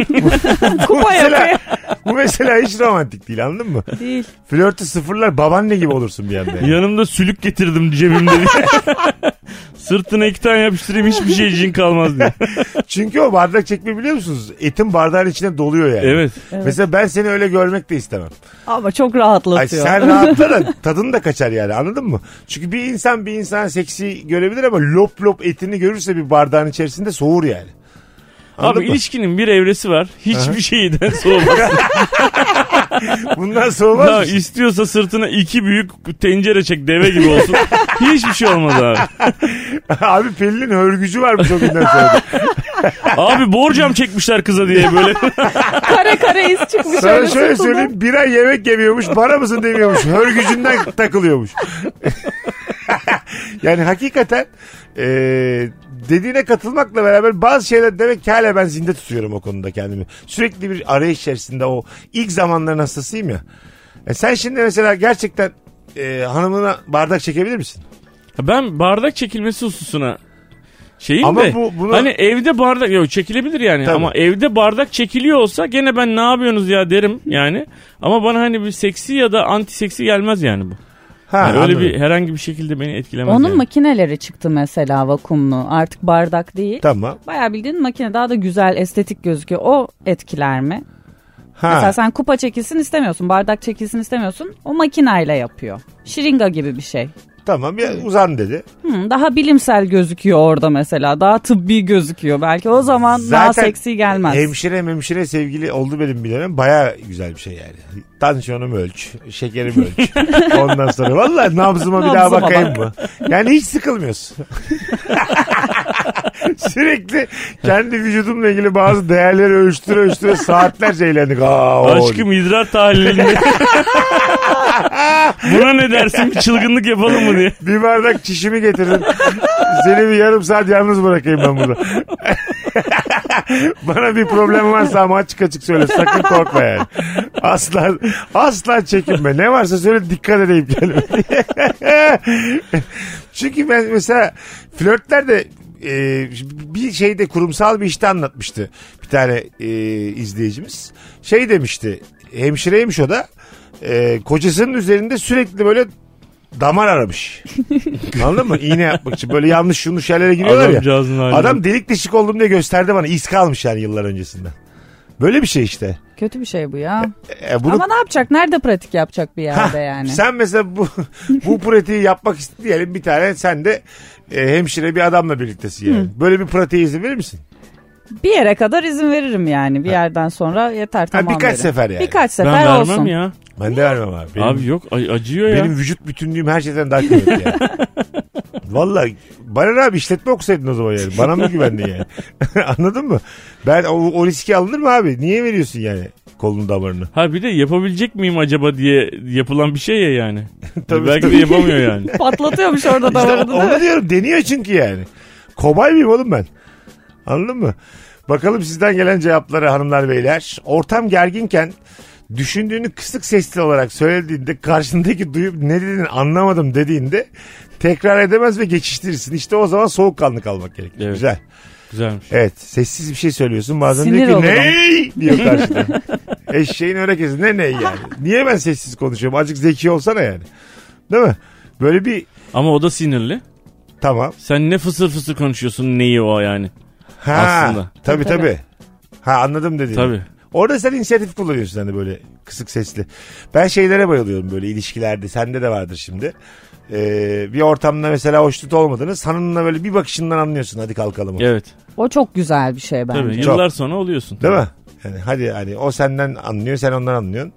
D: Kupa yapıyor.
C: Bu mesela hiç romantik değil anladın mı?
D: Değil.
C: Flörtü sıfırlar babaanne gibi olursun bir anda. yani.
E: yanımda sülük getirdim cebimde. diye. Sırtına iki tane yapıştırayım hiçbir şey için kalmaz diye.
C: Çünkü o bardak çekme biliyor musunuz? Etin bardağın içine doluyor yani.
E: Evet.
C: Mesela ben seni öyle görmek de istemem.
D: Ama çok
C: Ay
D: rahatlatıyor.
C: sen rahatla da tadın da kaçar yani anladın mı? Çünkü bir insan bir insan seksi görebilir ama lop lop etini görürse bir bardağın içerisinde soğur yani. Anladın
E: Abi
C: mı?
E: ilişkinin bir evresi var. Hiçbir şeyden soğumaz.
C: Bundan soğumaz
E: Daha
C: mısın?
E: istiyorsa sırtına iki büyük tencere çek deve gibi olsun. Hiçbir şey olmaz abi.
C: Abi Pelin'in hörgücü varmış o günden sonra.
E: Abi borcam çekmişler kıza diye böyle.
D: Kare kare iz çıkmış.
C: Sana
D: öyle
C: şöyle
D: sırtından.
C: söyleyeyim bir ay yemek yemiyormuş para mısın demiyormuş. Hörgücünden takılıyormuş. yani hakikaten e, dediğine katılmakla beraber bazı şeyler demek ki hala ben zinde tutuyorum o konuda kendimi. Sürekli bir arayış içerisinde o ilk zamanların hastasıyım ya. E sen şimdi mesela gerçekten e, hanımına bardak çekebilir misin?
E: Ben bardak çekilmesi hususuna şeyim
C: Ama
E: de
C: bu- bunu-
E: hani evde bardak yok çekilebilir yani
C: Tabii.
E: ama evde bardak çekiliyor olsa gene ben ne yapıyorsunuz ya derim yani ama bana hani bir seksi ya da anti seksi gelmez yani bu.
C: Ha,
E: Yani öyle
C: anladım.
E: bir herhangi bir şekilde beni etkilemez.
D: Onun
E: yani.
D: makineleri çıktı mesela vakumlu. Artık bardak değil.
C: Tamam.
D: Bayağı bildiğin makine daha da güzel estetik gözüküyor. O etkiler mi?
C: Ha.
D: Mesela sen kupa çekilsin istemiyorsun. Bardak çekilsin istemiyorsun. O makineyle yapıyor. Şiringa gibi bir şey.
C: Tamam bir uzan dedi.
D: Hı, daha bilimsel gözüküyor orada mesela. Daha tıbbi gözüküyor. Belki o zaman daha seksi gelmez.
C: Hemşire memşire sevgili oldu benim bir dönem. Baya güzel bir şey yani. Tansiyonumu ölç, şekerimi ölç. Ondan sonra vallahi nabzıma bir daha
D: Nabzıma
C: bakayım
D: bak.
C: mı? Yani hiç sıkılmıyorsun. Sürekli kendi vücudumla ilgili bazı değerleri ölçtüre ölçtüre saatlerce eğlendik. Aa, o-
E: Aşkım idrar tahlilinde. Buna ne dersin bir çılgınlık yapalım mı diye.
C: Bir bardak çişimi getirdin. Seni bir yarım saat yalnız bırakayım ben burada. Bana bir problem varsa ama açık açık söyle. Sakın korkma yani. Asla, asla çekinme. Ne varsa söyle dikkat edeyim kendime. Çünkü ben mesela flörtlerde e, bir şeyde kurumsal bir işte anlatmıştı bir tane e, izleyicimiz. Şey demişti hemşireymiş o da e, kocasının üzerinde sürekli böyle damar aramış. Anladın mı? İğne yapmak için böyle yanlış şunu şeylere giriyorlar ya.
E: Adamcağızın haline.
C: Adam delik deşik oldum diye gösterdi bana. İz kalmış yani yıllar öncesinden. Böyle bir şey işte.
D: Kötü bir şey bu ya.
C: E, bunu
D: Ama ne yapacak? Nerede pratik yapacak bir yerde
C: Ha,
D: yani?
C: Sen mesela bu bu pratiği yapmak istedi diyelim bir tane sen de e, hemşire bir adamla birliktesin yani. Böyle bir pratiğe izin verir misin?
D: Bir yere kadar izin veririm yani. Bir yerden sonra yeter tamam.
C: birkaç
D: derim.
C: sefer yani.
D: Birkaç
E: Ben
D: sefer
E: vermem
D: olsun.
E: ya.
C: Ben de vermem abi. Benim,
E: Abi yok ay- acıyor ya.
C: benim vücut bütünlüğüm her şeyden daha kıymetli yani. Valla bana ne abi işletme okusaydın o zaman yani. Bana mı güvendin yani? Anladın mı? Ben o, o riski alınır mı abi? Niye veriyorsun yani? kolunu damarını.
E: Ha bir de yapabilecek miyim acaba diye yapılan bir şey ya yani.
C: Tabii,
E: Belki
C: tabii.
E: de yapamıyor yani.
D: Patlatıyormuş orada
C: İşte
D: damarını değil mi?
C: onu diyorum deniyor çünkü yani. Kobay mıyım oğlum ben? Anladın mı? Bakalım sizden gelen cevaplara hanımlar beyler. Ortam gerginken düşündüğünü kısık sesli olarak söylediğinde karşındaki duyup ne dediğini anlamadım dediğinde tekrar edemez ve geçiştirirsin. İşte o zaman soğukkanlı kalmak gerekir.
E: Evet.
C: Güzel.
E: Güzelmiş.
C: Evet sessiz bir şey söylüyorsun bazen
D: Sinir
C: diyor ki
D: olurum.
C: ney diyor karşıdan. Eşeğin örekesi ne ney yani. Niye ben sessiz konuşuyorum azıcık zeki olsana yani. Değil mi? Böyle bir
E: Ama o da sinirli.
C: tamam.
E: Sen ne fısır fısır konuşuyorsun neyi o yani.
C: Ha,
E: Aslında.
C: Tabii
D: Tabii,
C: tabii. Ha anladım dediğini.
E: Tabii.
C: Orada sen inisiyatif kullanıyorsun hani böyle kısık sesli. Ben şeylere bayılıyorum böyle ilişkilerde. Sende de vardır şimdi. Ee, bir ortamda mesela hoşnut olmadığını sanınla böyle bir bakışından anlıyorsun hadi kalkalım.
E: Evet.
D: O çok güzel bir şey bence.
E: Tabii. Yıllar sonra oluyorsun.
C: Değil mi? Yani hadi hani o senden anlıyor sen ondan anlıyorsun.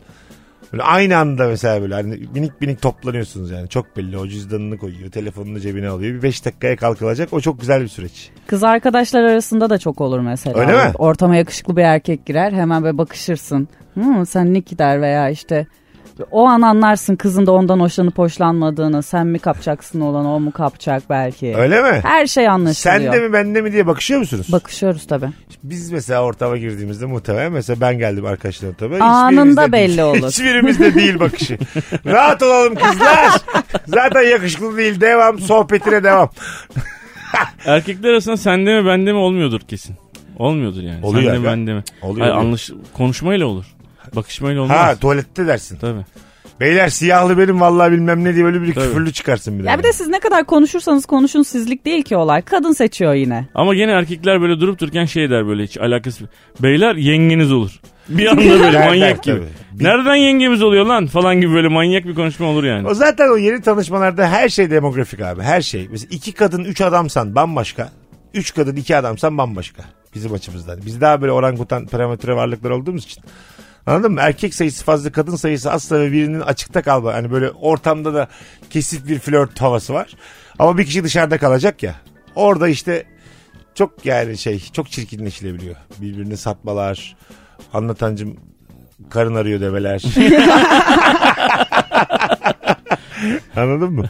C: Böyle aynı anda mesela böyle hani minik minik toplanıyorsunuz yani çok belli o cüzdanını koyuyor telefonunu cebine alıyor bir 5 dakikaya kalkılacak o çok güzel bir süreç.
D: Kız arkadaşlar arasında da çok olur mesela.
C: Öyle mi?
D: Ortama yakışıklı bir erkek girer hemen böyle bakışırsın. Hmm, sen ne gider veya işte o an anlarsın kızın da ondan hoşlanıp hoşlanmadığını. Sen mi kapacaksın olan o mu kapacak belki.
C: Öyle mi?
D: Her şey anlaşılıyor.
C: Sen de mi ben de mi diye bakışıyor musunuz?
D: Bakışıyoruz tabii.
C: Biz mesela ortama girdiğimizde muhtemelen mesela ben geldim arkadaşlar ortama.
D: Anında
C: hiçbirimiz de
D: belli
C: değil.
D: olur.
C: Hiçbirimiz de değil bakışı. Rahat olalım kızlar. Zaten yakışıklı değil devam sohbetine devam.
E: Erkekler arasında sende mi bende mi olmuyordur kesin. Olmuyordur yani.
C: Oluyor
E: sende
C: abi.
E: mi bende mi.
C: Oluyor,
E: Hayır,
C: oluyor.
E: anlaş konuşmayla olur. Bakışmayla olmaz.
C: Ha tuvalette dersin.
E: Tabii.
C: Beyler siyahlı benim vallahi bilmem ne diye böyle bir küfürlü çıkarsın bir
D: Ya bir de siz ne kadar konuşursanız konuşun sizlik değil ki olay. Kadın seçiyor yine.
E: Ama gene erkekler böyle durup dururken şey der böyle hiç alakası. Beyler yengeniz olur. Bir anda böyle
C: Der,
E: manyak
C: der
E: gibi.
C: tabii.
E: Nereden yengemiz oluyor lan falan gibi böyle manyak bir konuşma olur yani.
C: O zaten o yeni tanışmalarda her şey demografik abi. Her şey. Mesela iki kadın üç adamsan bambaşka. Üç kadın iki adamsan bambaşka. Bizim açımızdan. Biz daha böyle orangutan parametre varlıklar olduğumuz için. Anladın mı? Erkek sayısı fazla kadın sayısı asla ve birinin açıkta kalma. Hani böyle ortamda da kesit bir flört havası var. Ama bir kişi dışarıda kalacak ya. Orada işte çok yani şey çok çirkinleşilebiliyor. Birbirini satmalar. Anlatancım karın arıyor demeler. Anladın mı?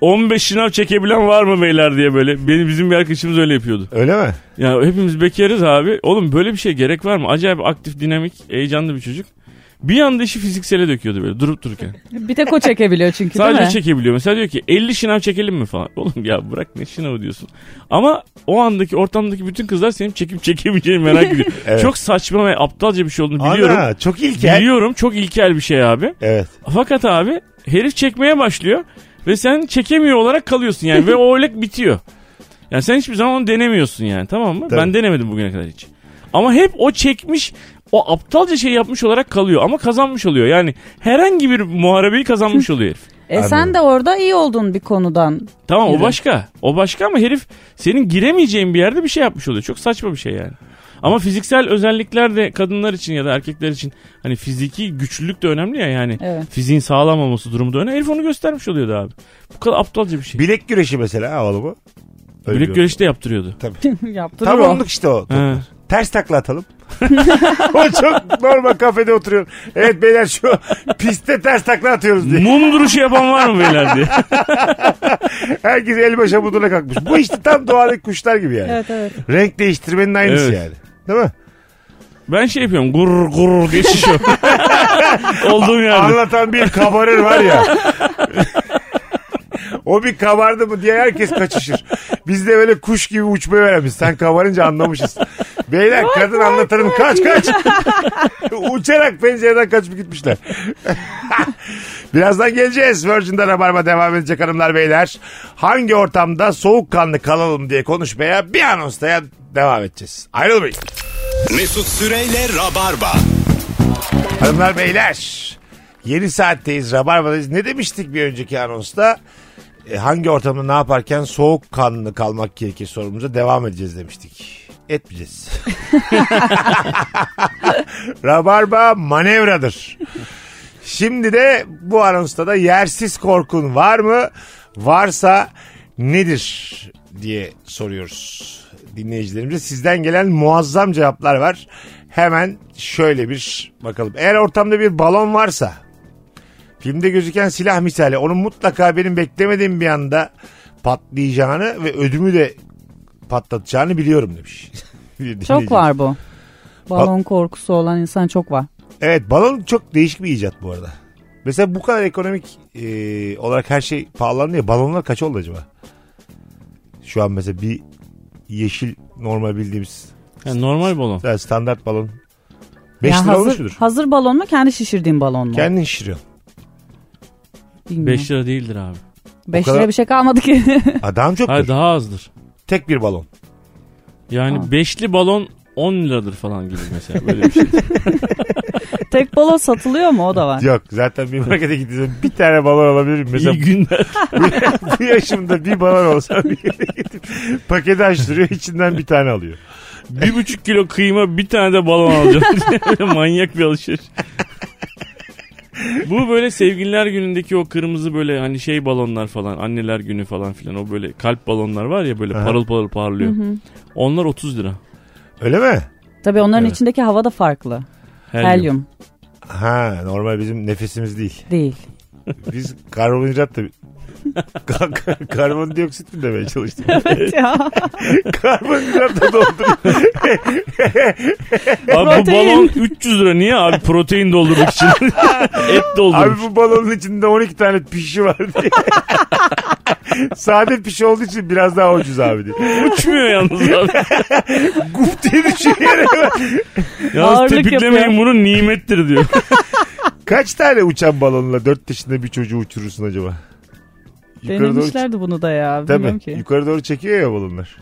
E: 15 şınav çekebilen var mı beyler diye böyle. Benim bizim bir arkadaşımız öyle yapıyordu.
C: Öyle mi?
E: Ya hepimiz bekarız abi. Oğlum böyle bir şey gerek var mı? Acayip aktif, dinamik, heyecanlı bir çocuk. Bir anda işi fiziksele döküyordu böyle durup dururken.
D: Bir tek o çekebiliyor çünkü değil
E: Sadece
D: mi?
E: o çekebiliyor. Mesela diyor ki 50 şınav çekelim mi falan. Oğlum ya bırak ne şınavı diyorsun. Ama o andaki ortamdaki bütün kızlar senin çekip çekemeyeceğini merak ediyor.
C: Evet.
E: Çok saçma ve aptalca bir şey olduğunu biliyorum.
C: Ana, çok ilkel.
E: Biliyorum çok ilkel bir şey abi.
C: Evet.
E: Fakat abi herif çekmeye başlıyor ve sen çekemiyor olarak kalıyorsun yani ve o öyle bitiyor. Yani sen hiçbir zaman onu denemiyorsun yani tamam mı?
C: Tabii.
E: Ben denemedim bugüne kadar hiç. Ama hep o çekmiş o aptalca şey yapmış olarak kalıyor ama kazanmış oluyor. Yani herhangi bir muharebeyi kazanmış oluyor herif.
D: E sen de orada iyi oldun bir konudan.
E: Tamam
D: Evet.
E: o başka. O başka ama herif senin giremeyeceğin bir yerde bir şey yapmış oluyor. Çok saçma bir şey yani. Ama fiziksel özellikler de kadınlar için ya da erkekler için hani fiziki güçlülük de önemli ya yani.
D: Evet.
E: Fiziğin sağlam olması durumu da önemli. Herif onu göstermiş oluyordu abi. Bu kadar aptalca bir şey.
C: Bilek güreşi mesela havalı bu. Öyle
E: Bilek
C: bir-
E: güreşi de yaptırıyordu.
D: Yaptırır
C: Tam
D: o.
C: onluk işte o.
E: He.
C: Ters takla atalım. o çok normal kafede oturuyor. Evet beyler şu piste ters takla atıyoruz diye.
E: Mum duruşu yapan var mı beyler diye.
C: Herkes el başa buduna kalkmış. Bu işte tam doğadaki kuşlar gibi yani.
D: Evet evet.
C: Renk değiştirmenin aynısı
E: Evet.
C: yani. Değil mi?
E: Ben şey yapıyorum. Gurur gurur diye şişiyorum. Olduğum yerde.
C: Anlatan bir kabarır var ya. o bir kabardı mı diye herkes kaçışır. Biz de böyle kuş gibi uçmayı öğrenmişiz. Sen kabarınca anlamışız. Beyler kadın anlatırım kaç kaç. Uçarak pencereden kaçıp gitmişler. Birazdan geleceğiz. Virgin'de Rabarba devam edecek hanımlar beyler. Hangi ortamda soğukkanlı kalalım diye konuşmaya bir anonsla devam edeceğiz. Ayrılmayın.
B: Mesut Süreyle Rabarba.
C: Hanımlar beyler yeni saatteyiz Rabarba'dayız. Ne demiştik bir önceki anonsta? E, hangi ortamda ne yaparken soğuk kanlı kalmak gerekir sorumuza devam edeceğiz demiştik. Etmeyeceğiz. Rabarba manevradır. Şimdi de bu anonsta da yersiz korkun var mı? Varsa nedir diye soruyoruz. dinleyicilerimize. Sizden gelen muazzam cevaplar var. Hemen şöyle bir bakalım. Eğer ortamda bir balon varsa filmde gözüken silah misali onun mutlaka benim beklemediğim bir anda patlayacağını ve ödümü de patlatacağını biliyorum demiş. Bir dinleyicimiz.
D: Çok var bu. Balon korkusu olan insan çok var.
C: Evet balon çok değişik bir icat bu arada. Mesela bu kadar ekonomik e, olarak her şey pahalandı ya balonlar kaç oldu acaba? Şu an mesela bir yeşil normal bildiğimiz
E: Yani normal balon.
C: yani standart balon 5
D: Ya
C: lira
D: hazır,
C: olmuş mudur?
D: Hazır balon mu kendi şişirdiğin balon mu?
C: Kendin şişiriyorsun.
D: Bilmiyorum.
E: 5 lira değildir abi.
D: Beş
C: kadar-
D: lira bir şey kalmadı ki.
C: Adam çoktur.
E: Hayır daha azdır.
C: Tek bir balon.
E: Yani
D: Ha.
E: beşli balon 10 liradır falan gibi mesela böyle bir şey.
D: Tek balon satılıyor mu o da var.
C: Yok zaten bir markete gittiğinde bir tane balon alabilirim. Mesela
E: İyi günler.
C: bu yaşımda bir balon olsa bir yere gidip paketi açtırıyor içinden bir tane alıyor.
E: Bir buçuk kilo kıyma bir tane de balon alacağım. Böyle Manyak bir alışveriş. Bu böyle sevgililer günündeki o kırmızı böyle hani şey balonlar falan anneler günü falan filan o böyle kalp balonlar var ya böyle
C: Aha.
E: parıl parıl parlıyor. Onlar 30 lira.
C: Öyle mi?
D: Tabii onların
E: Evet.
D: içindeki hava da farklı. Helyum,
C: Ha normal bizim nefesimiz değil.
D: değil.
C: Biz karbonhidrat da... Ka- ka- karbondioksit mi demeye çalıştım?
D: Evet ya.
C: karbonhidrat da doldurdum.
E: Abi bu
D: Protein.
E: balon 300 lira niye abi protein doldurduk için. Et doldurduk.
C: Abi bu balonun içinde 12 tane pişi var diye. Sade pişi olduğu için biraz daha ucuz abi diye.
E: Uçmuyor yalnız abi.
C: Gup diye düşüyor yere.
E: Yalnız
D: Ağırlık
E: tepiklemeyin
D: yapıyor.
E: bunu nimettir diyor.
C: Kaç tane uçan balonla 4 yaşında bir çocuğu uçurursun acaba? doğru, ç-
D: Denemişlerdi bunu da ya.
C: Tabii.
D: Bilmiyorum ki.
C: Yukarı doğru çekiyor ya balonlar.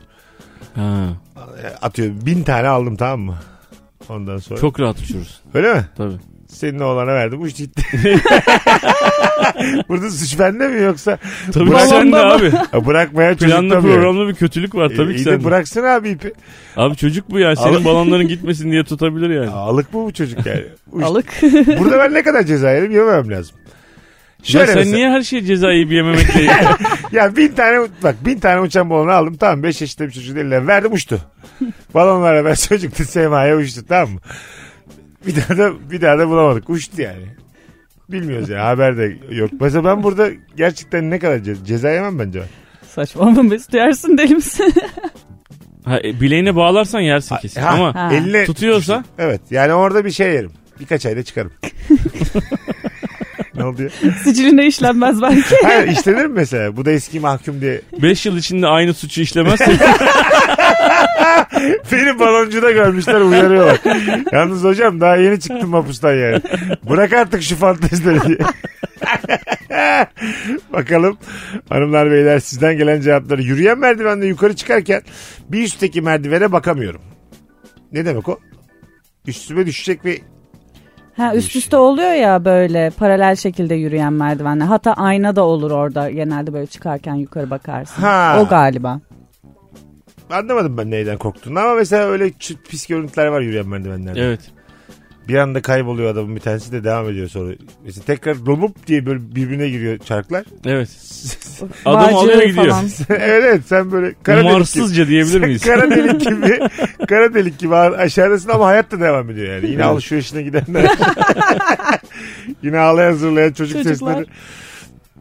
E: Ha,
C: Atıyor. Bin tane aldım tamam mı? Ondan sonra.
E: çok rahat uçuruz.
C: Öyle mi?
E: Tabii.
C: Senin oğlana verdim. Uç gitti. Burada suç bende mi yoksa?
E: Tabii
C: Bırak-
E: ki sen de
D: Balonda
E: abi.
C: Ya bırakmaya
E: Planlı
C: çocukta
E: programda bir kötülük var tabii ki
C: İyi de
E: sen.
C: bıraksın abi ipi.
E: Abi çocuk bu ya.
C: Al-
E: Senin balonların gitmesin diye tutabilir yani.
C: Alık mı bu çocuk yani? Uç-
D: Alık.
C: Burada ben ne kadar ceza yerim yemem lazım. Şöyle
E: ya sen
C: mesela-
E: niye her şeye ceza yiyip yememekle
C: Ya bin tane bak bin tane uçan balonu aldım tamam 5 yaşında bir çocuğun eline verdim uçtu. Balonlarla ben çocuktu semaya uçtu tamam mı? Bir daha da bir daha da bulamadık uçtu yani. Bilmiyoruz ya haber de yok. Mesela ben burada gerçekten ne kadar ce- ceza yemem bence. ben.
D: Saçmalama Mesut yersin deli misin?
E: ha, e, bileğine bağlarsan yersin kesin
C: Ha,
E: ama
D: Ha.
C: eline
E: tutuyorsa
C: evet yani orada bir şey yerim. Birkaç ayda çıkarım. ne oldu ya?
D: Siciline işlenmez belki.
C: Hayır işlenir mi mesela? Bu da eski mahkum diye.
E: 5 yıl içinde aynı suçu işlemezsin
C: Beni baloncuda görmüşler uyarıyorlar. Yalnız hocam daha yeni çıktım mapustan yani. Bırak artık şu fantezileri diye. Bakalım hanımlar beyler sizden gelen cevapları. Yürüyen merdivende yukarı çıkarken bir üstteki merdivene bakamıyorum. Ne demek o? Üstüme düşecek ve
D: Ha, üst üste oluyor ya böyle paralel şekilde yürüyen merdivenler. Hatta ayna da olur orada genelde böyle çıkarken yukarı bakarsın.
C: Ha.
D: O galiba.
C: anlamadım ben neyden korktuğunu ama mesela öyle ç- pis görüntüler var yürüyen merdivenlerde.
E: evet.
C: Bir anda kayboluyor adamın bir tanesi de devam ediyor sonra. Mesela tekrar dolup diye böyle birbirine giriyor çarklar.
E: Evet. Adam
D: Bağcıları
E: alıyor gidiyor.
D: falan.
C: evet evet sen böyle kara delik gibi.
E: Umarsızca diyebilir miyiz?
C: kara delik gibi kara delik gibi a- aşağıdasın ama hayat da devam ediyor yani. Yine
E: Evet.
C: alışverişine gidenler. Yine ağlayan zırlayan çocuk
D: Çocuklar.
C: sesleri.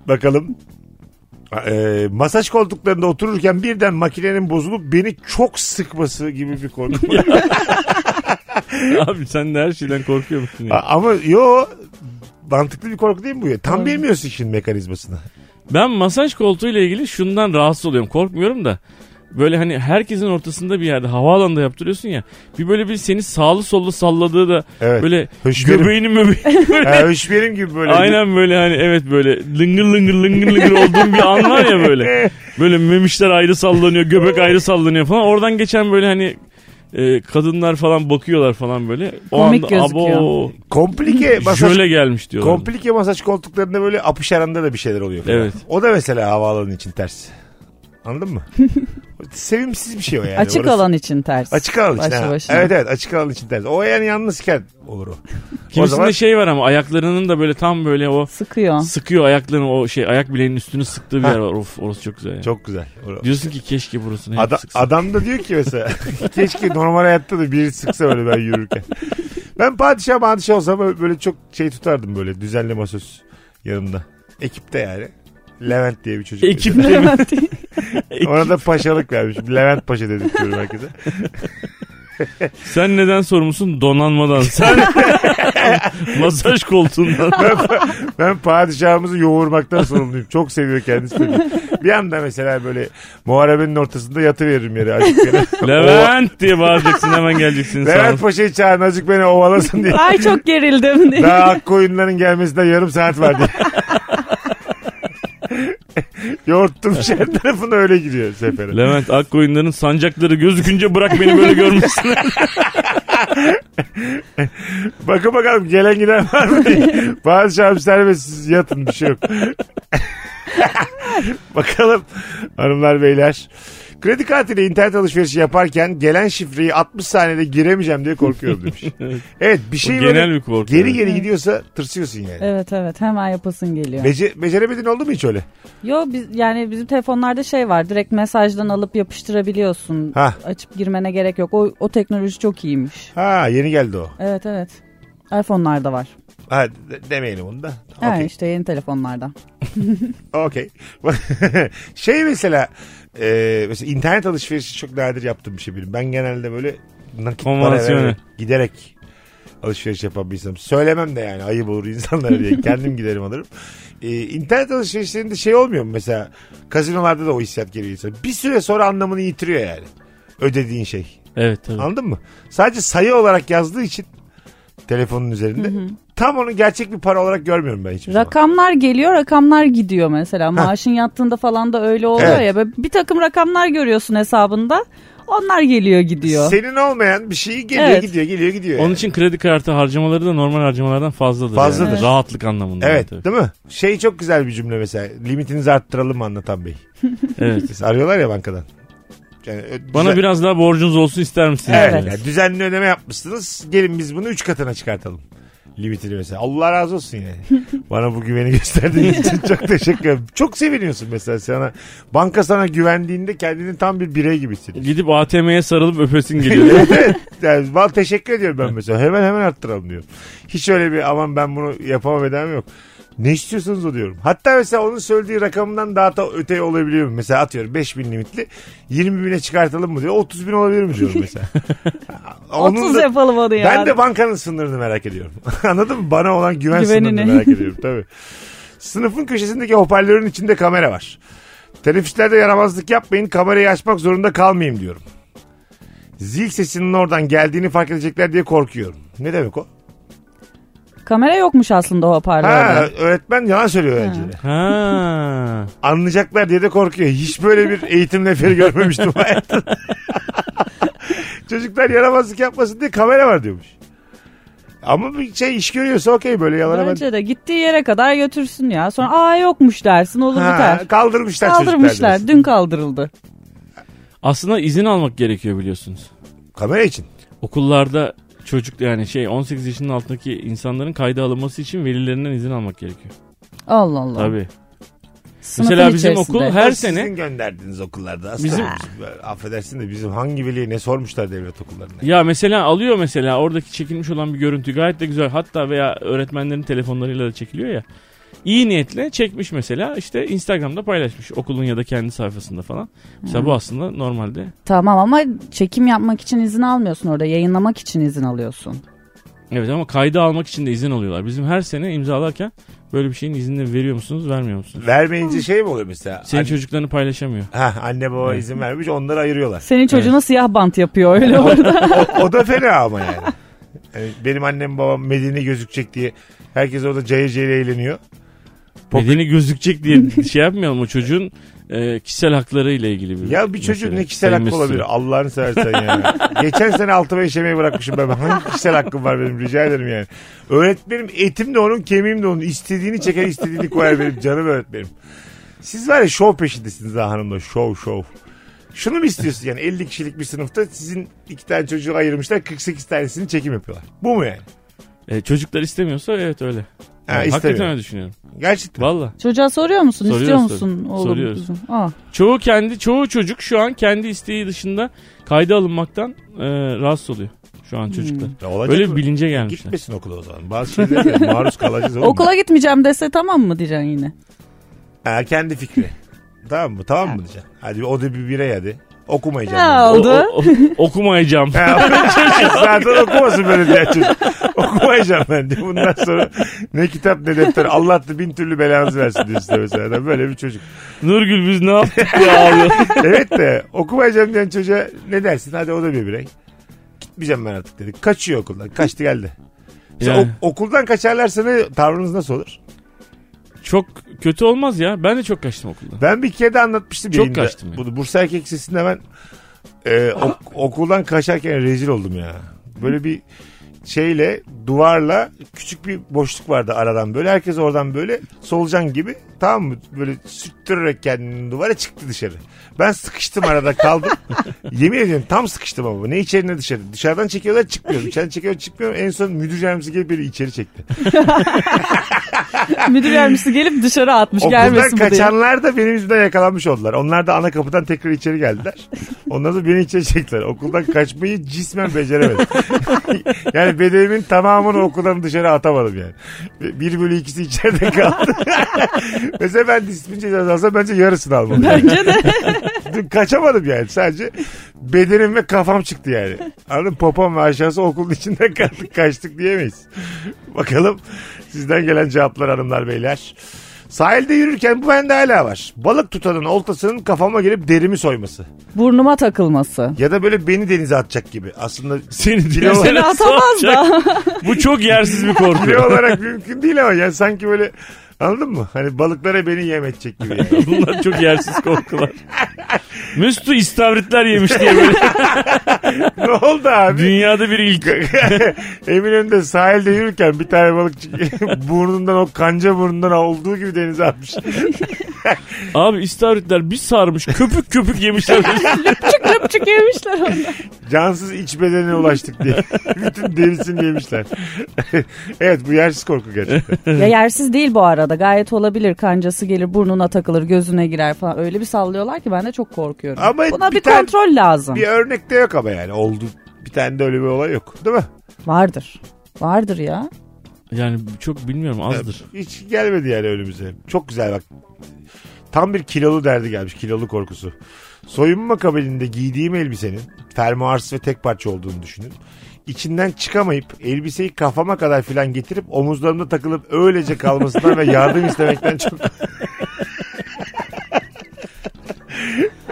C: Bakalım. Ee, masaj koltuklarında otururken birden makinenin bozulup beni çok sıkması gibi bir konu.
E: Abi sen de her şeyden korkuyor musun ya?
C: A- ama yo mantıklı bir korku değil mi bu ya? Tam bilmiyorsun işin mekanizmasını.
E: Ben masaj koltuğuyla ilgili şundan rahatsız oluyorum. Korkmuyorum da. Böyle hani herkesin ortasında bir yerde havaalanında yaptırıyorsun ya. Bir böyle bir seni sağlı sollu salladığı da
C: Evet.
E: böyle
C: Höşmerim.
E: göbeğini möbeğini böyle
C: Ha, üç benim gibi böyle.
E: Aynen böyle hani evet böyle lıngır lıngır lıngır lıngır olduğum bir an var ya böyle. Böyle memişler ayrı sallanıyor, göbek ayrı sallanıyor falan. Oradan geçen böyle hani e, kadınlar falan bakıyorlar falan böyle. O
D: Komik
E: anda
D: gözüküyor.
E: abo
C: Komplike masaj
E: şöyle gelmiş diyorlar.
C: Komplike masaj koltuklarında böyle apışaranda da bir şeyler oluyor. falan.
E: Evet.
C: O da mesela havaalanı için ters. Anladın mı? Sevimsiz bir şey o yani.
D: Açık
C: Orası-
D: alan için ters.
C: Açık alan için.
D: Başlı
C: ha.
D: başına.
C: Evet evet açık alan için ders. O yani yalnızken olur o.
E: Kimisinde
C: zaman-
E: şey var ama ayaklarının da böyle tam böyle o
D: Sıkıyor.
E: sıkıyor ayaklarını o şey ayak bileğinin üstünü sıktığı bir yer var. Of orası çok güzel ya.
C: Çok güzel. Or-
E: Diyorsun ki keşke burasını hep
C: Ada-
E: sıksın.
C: adam da diyor ki mesela keşke normal hayatta da biri sıksa böyle ben yürürken. Ben padişah padişah olsam böyle, böyle çok şey tutardım böyle düzenli masöz yanımda. Ekipte yani. Levent diye bir çocuk.
E: Ekip
C: mesela.
E: değil mi?
C: Ona da paşalık vermişim. Levent Paşa dedirtiyorum herkese.
E: Sen neden sorumlusun? Donanmadan. Sen masaj koltuğundan.
C: Ben padişahımızı yoğurmaktan sorumluyum. Çok seviyor kendisi. beni. Bir anda mesela böyle muharebenin ortasında yatıveririm yere azıcık beni.
E: Levent diye bağıracaksın hemen geleceksin.
C: O-
E: sağ
C: Levent
E: ol.
C: Paşa'yı çağırın azıcık beni ovalasın diye.
D: Ay çok gerildim diye.
C: Daha ak koyunların gelmesine yarım saat var diye. Yoğurttum şer tarafına öyle gidiyor sefere.
E: Levent Akkoyunların sancakları gözükünce bırak beni böyle görmüşsün.
C: Bakın bakalım gelen giden var mı diye. Padişahım serbest siz yatın bir şey yok. bakalım hanımlar beyler. Kredi kartıyla internet alışverişi yaparken gelen şifreyi 60 saniyede giremeyeceğim diye korkuyorum demiş. evet bir şey
E: genel
C: böyle
E: bir korku.
C: geri geri gidiyorsa tırsıyorsun yani.
D: Evet evet hemen yapasın geliyor.
C: Bece- beceremedin oldu mu hiç öyle?
D: Yo biz yani bizim telefonlarda şey var direkt mesajdan alıp yapıştırabiliyorsun.
C: Hah.
D: Açıp girmene gerek yok. O, o teknoloji çok iyiymiş.
C: Ha yeni geldi o.
D: Evet evet. iPhone'larda var.
C: Ha de- demeyelim onu da.
D: Ha
C: Okey.
D: işte yeni telefonlarda.
C: Okey. şey mesela e, mesela internet alışverişi çok nadir yaptığım bir şey benim. Ben genelde böyle nakit para
E: Konvansiyonel.
C: vererek, giderek alışveriş yapan bir insanım. Söylemem de yani ayıp olur insanlara diye. Kendim giderim alırım. E, internet alışverişlerinde şey olmuyor mu mesela? Kazinolarda da o hissiyat geliyor insana. Bir süre sonra anlamını yitiriyor yani. Ödediğin şey.
E: Evet tabii.
C: Anladın mı? Sadece sayı olarak yazdığı için telefonun üzerinde. Tam onu gerçek bir para olarak görmüyorum ben hiçbir zaman.
D: Rakamlar geliyor rakamlar gidiyor mesela. Maaşın yattığında falan da öyle oluyor
C: Evet.
D: ya. Böyle bir takım rakamlar görüyorsun hesabında. Onlar geliyor gidiyor.
C: Senin olmayan bir şeyi geliyor
D: Evet.
C: gidiyor geliyor gidiyor.
E: Onun
C: yani.
E: için kredi kartı harcamaları da normal harcamalardan fazladır.
C: Fazladır.
E: Yani. Rahatlık anlamında.
C: Evet
E: Tabii.
C: değil mi? Şey çok güzel bir cümle mesela. Limitinizi arttıralım mı anlatan bey?
E: evet.
C: Mesela arıyorlar ya bankadan. Yani, ö-
E: Bana
C: düzen-
E: biraz daha borcunuz olsun ister misiniz?
C: Evet.
E: Yani?
C: yani düzenli ödeme yapmışsınız. Gelin biz bunu 3 katına çıkartalım. Limitini mesela. Allah razı olsun yani. Bana bu güveni gösterdiğin için çok teşekkür ederim. Çok seviniyorsun mesela sana. Banka sana güvendiğinde kendini tam bir birey gibi hissediyorsun.
E: Gidip ATM'ye sarılıp öpesin geliyor.
C: Yani val teşekkür ediyorum ben mesela. Hemen hemen arttıralım diyorum. Hiç öyle bir aman ben bunu yapamam edemem yok. Ne istiyorsanız o diyorum. Hatta mesela onun söylediği rakamından daha da öte olabiliyor mu? Mesela atıyorum 5000 limitli 20 bine çıkartalım mı diyor. 30 bin olabilir mi diyorum mesela.
D: 30
C: da-
D: yapalım onu ya.
C: ben de bankanın sınırını merak ediyorum. Anladın mı? Bana olan güven sınırını
D: Güvenini.
C: merak ediyorum tabii. Sınıfın köşesindeki hoparlörün içinde kamera var. Teneffüslerde yaramazlık yapmayın kamerayı açmak zorunda kalmayayım diyorum. Zil sesinin oradan geldiğini fark edecekler diye korkuyorum. Ne demek o?
D: Kamera yokmuş aslında o hoparlörde.
C: Ha, öğretmen yalan söylüyor öğrencilere.
E: ha.
C: Anlayacaklar diye de korkuyor. Hiç böyle bir eğitim neferi görmemiştim hayatımda. Çocuklar yaramazlık yapmasın diye kamera var diyormuş. Ama bir şey iş görüyorsa okey böyle yalana ben-
D: Bence de gittiği yere kadar götürsün ya. Sonra aa yokmuş dersin olur
C: Ha,
D: biter.
C: kaldırmışlar, çocuklar.
D: Kaldırmışlar.
C: diyorsun.
D: Dün kaldırıldı.
E: Aslında izin almak gerekiyor biliyorsunuz.
C: Kamera için.
E: Okullarda çocuk yani şey 18 yaşının altındaki insanların kayda alınması için velilerinden izin almak gerekiyor.
D: Allah Allah.
E: Tabii.
D: Sınıfın
E: Mesela bizim
D: içerisinde.
E: okul her
C: O Sizin
E: sene
C: gönderdiğiniz okullarda aslında.
E: Bizim-
C: Bizim... Affedersin de bizim hangi veliye ne sormuşlar devlet okullarında.
E: ya mesela alıyor mesela oradaki çekilmiş olan bir görüntü gayet de güzel. Hatta veya öğretmenlerin telefonlarıyla da çekiliyor ya. İyi niyetle çekmiş mesela işte Instagram'da paylaşmış okulun ya da kendi sayfasında falan. Mesela bu aslında normalde
D: Tamam ama çekim yapmak için izin almıyorsun orada. Yayınlamak için izin alıyorsun.
E: Evet ama kaydı almak için de izin alıyorlar. Bizim her sene imzalarken böyle bir şeyin iznini veriyor musunuz, vermiyor musunuz?
C: Vermeyince şey mi oluyor mesela?
E: Senin
C: Anne,
E: çocuklarını paylaşamıyor.
C: ha, anne baba izin vermiş onları ayırıyorlar.
D: Senin çocuğuna siyah bant yapıyor öyle orada.
C: O, o da fena ama yani. Yani Benim annem babam Medine gözükecek diye herkes orada cayır cayır eğleniyor. Pop-
E: Nedeni gözükecek diye şey yapmayalım o çocuğun e, kişisel hakları ile ilgili bir
C: Ya bir çocuğun
E: mesele.
C: ne kişisel hakkı
E: Sayın Mesut
C: olabilir? Allah'ını seversen yani. Geçen sene altıma işemeyi bırakmışım ben. Hangi kişisel hakkım var benim rica ederim yani. Öğretmenim etim de onun kemiğim de onun. İstediğini çeker istediğini koyar benim canım öğretmenim. Siz var ya şov peşindesiniz ha hanımla. Şov şov. Şunu mu istiyorsun yani 50 kişilik bir sınıfta sizin iki tane çocuğu ayırmışlar 48 tanesini çekim yapıyorlar. Bu mu yani?
E: E, çocuklar istemiyorsa evet öyle.
C: Ha,
E: Yani hakikaten
C: istemiyor.
E: öyle düşünüyorum.
C: Gerçekten.
E: Valla.
D: Çocuğa soruyor musun?
E: Soruyoruz
D: İstiyor
E: tabii.
D: musun oğlum
E: Soruyoruz.
D: kızım? Aa,
E: Çoğu kendi çoğu çocuk şu an kendi isteği dışında kayda alınmaktan e, rahatsız oluyor şu an çocuklar.
C: Ya olacak
E: Öyle
C: mı?
E: bir şey. bilince gelmişler.
C: Gitmesin okula o zaman. Bazı şeylere de maruz kalacağız oğlum.
D: okula gitmeyeceğim dese tamam mı diyeceksin yine?
C: Ha, kendi fikri. tamam mı? Tamam mı diyeceksin? Hadi o da bir birey hadi. Okumayacağım.
D: Ya
E: O-
D: oldu.
E: o- o- okumayacağım.
C: Ha, böyle çocuk zaten okumasın böyle diye çocuk. Okumayacağım ben diyor. Bundan sonra ne kitap ne defter. Allah da bin türlü belanızı versin diyor size mesela. Adam Böyle bir çocuk.
E: Nurgül biz ne yaptık ya abi?
C: Evet de okumayacağım diyen çocuğa ne dersin? Hadi o da bir birey. Gitmeyeceğim ben artık dedi. Kaçıyor okuldan. Kaçtı geldi. Mesela
E: Yani.
C: ok- okuldan kaçarlarsa ne, tavrınız nasıl olur?
E: Çok kötü olmaz ya. Ben de çok kaçtım okuldan.
C: Ben bir kere de anlatmıştım
E: Çok
C: yayında.
E: kaçtım ya.
C: Bunu Bursa Erkek Lisesi'nde ben e, ok- okuldan kaçarken rezil oldum ya. Böyle bir şeyle duvarla küçük bir boşluk vardı aradan böyle. Herkes oradan böyle solucan gibi tamam mı? Böyle sürttürerek kendini duvara çıktı dışarı. Ben sıkıştım arada kaldım. Yemin ediyorum tam sıkıştım ama ne içeri ne dışarı. Dışarıdan çekiyorlar çıkmıyorum. İçeriden çekiyorlar çıkmıyorum. En son müdür yardımcısı gelip beni içeri çekti.
D: Müdür yardımcısı gelip dışarı atmış
C: Okuldan
D: gelmesin bu diye.
C: kaçanlar da benim yüzümden yakalanmış oldular. Onlar da ana kapıdan tekrar içeri geldiler. Onlar da beni içeri çektiler. Okuldan kaçmayı cismen beceremedim. yani bedevimin tamamını okuldan dışarı atamadım yani. Bir bölü ikisi içeride kaldı. Mesela ben disiplin cezası alsam bence yarısını almadım. Bence de. Kaçamadım yani sadece bedenim ve kafam çıktı yani. Anladın mı? popom ve aşağısı okulun içinde kaldık kaçtık diyemeyiz. Bakalım sizden gelen cevaplar hanımlar beyler. Sahilde yürürken bu bende hala var. Balık tutanın oltasının kafama gelip derimi soyması.
D: Burnuma takılması.
C: Ya da böyle beni denize atacak gibi. Aslında
E: Seni
C: Kilo-
E: diyor.
D: Seni atamaz da.
E: Bu çok yersiz bir
C: bile
E: korku.
C: olarak mümkün değil ama yani sanki böyle anladın mı? Hani balıklara beni yem edecek gibi. yani.
E: Bunlar çok yersiz korkular. Müstü istavritler yemiş diye böyle.
C: ne oldu abi?
E: Dünyada bir ilk.
C: Eminönü'nde sahilde yürürken bir tane balıkçı burnundan o kanca burnundan olduğu gibi denize atmış.
E: Abi istavritler bir sarmış köpük köpük yemişler.
D: Çık çık yemişler onu.
C: Cansız iç bedenine ulaştık diye. Bütün derisini yemişler. evet bu yersiz korku gerçekten.
D: Ya yersiz değil bu arada. Gayet olabilir. Kancası gelir, burnuna takılır, gözüne girer falan. Öyle bir sallıyorlar ki ben de çok korkuyorum.
C: Ama
D: Buna
C: bir
D: bir,
C: tane-
D: kontrol lazım.
C: bir örnek de yok ama yani oldu. Bir tane de öyle bir olay yok. Değil mi?
D: Vardır. Vardır ya.
E: yani çok bilmiyorum azdır.
C: Hiç gelmedi yani önümüze. Çok güzel bak. Tam bir kilolu derdi gelmiş. Kilolu korkusu. Soyunma kabininde giydiğim elbisenin fermuarsız ve tek parça olduğunu düşünün. İçinden çıkamayıp elbiseyi kafama kadar filan getirip omuzlarımda takılıp öylece kalmasından ve yardım istemekten çok...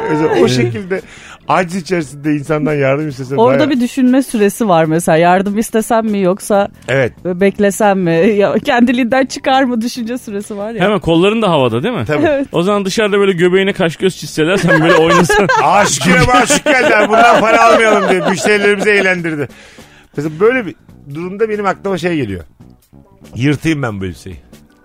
C: Mesela o şekilde acz içerisinde insandan yardım istesen
D: Orada
C: bayağı-
D: bir düşünme süresi var mesela. Yardım istesem mi yoksa
C: Evet
D: beklesem mi? Ya kendiliğinden çıkar mı düşünce süresi var ya.
E: Hemen kolların da havada değil mi?
C: tabii.
E: O zaman dışarıda böyle göbeğine kaş göz çizseler sen böyle oynasan.
C: Aşkına aşık geldi abi. Bundan para almayalım diye müşterilerimizi eğlendirdi. Mesela böyle bir durumda benim aklıma şey geliyor. Yırtayım ben bu elbiseyi.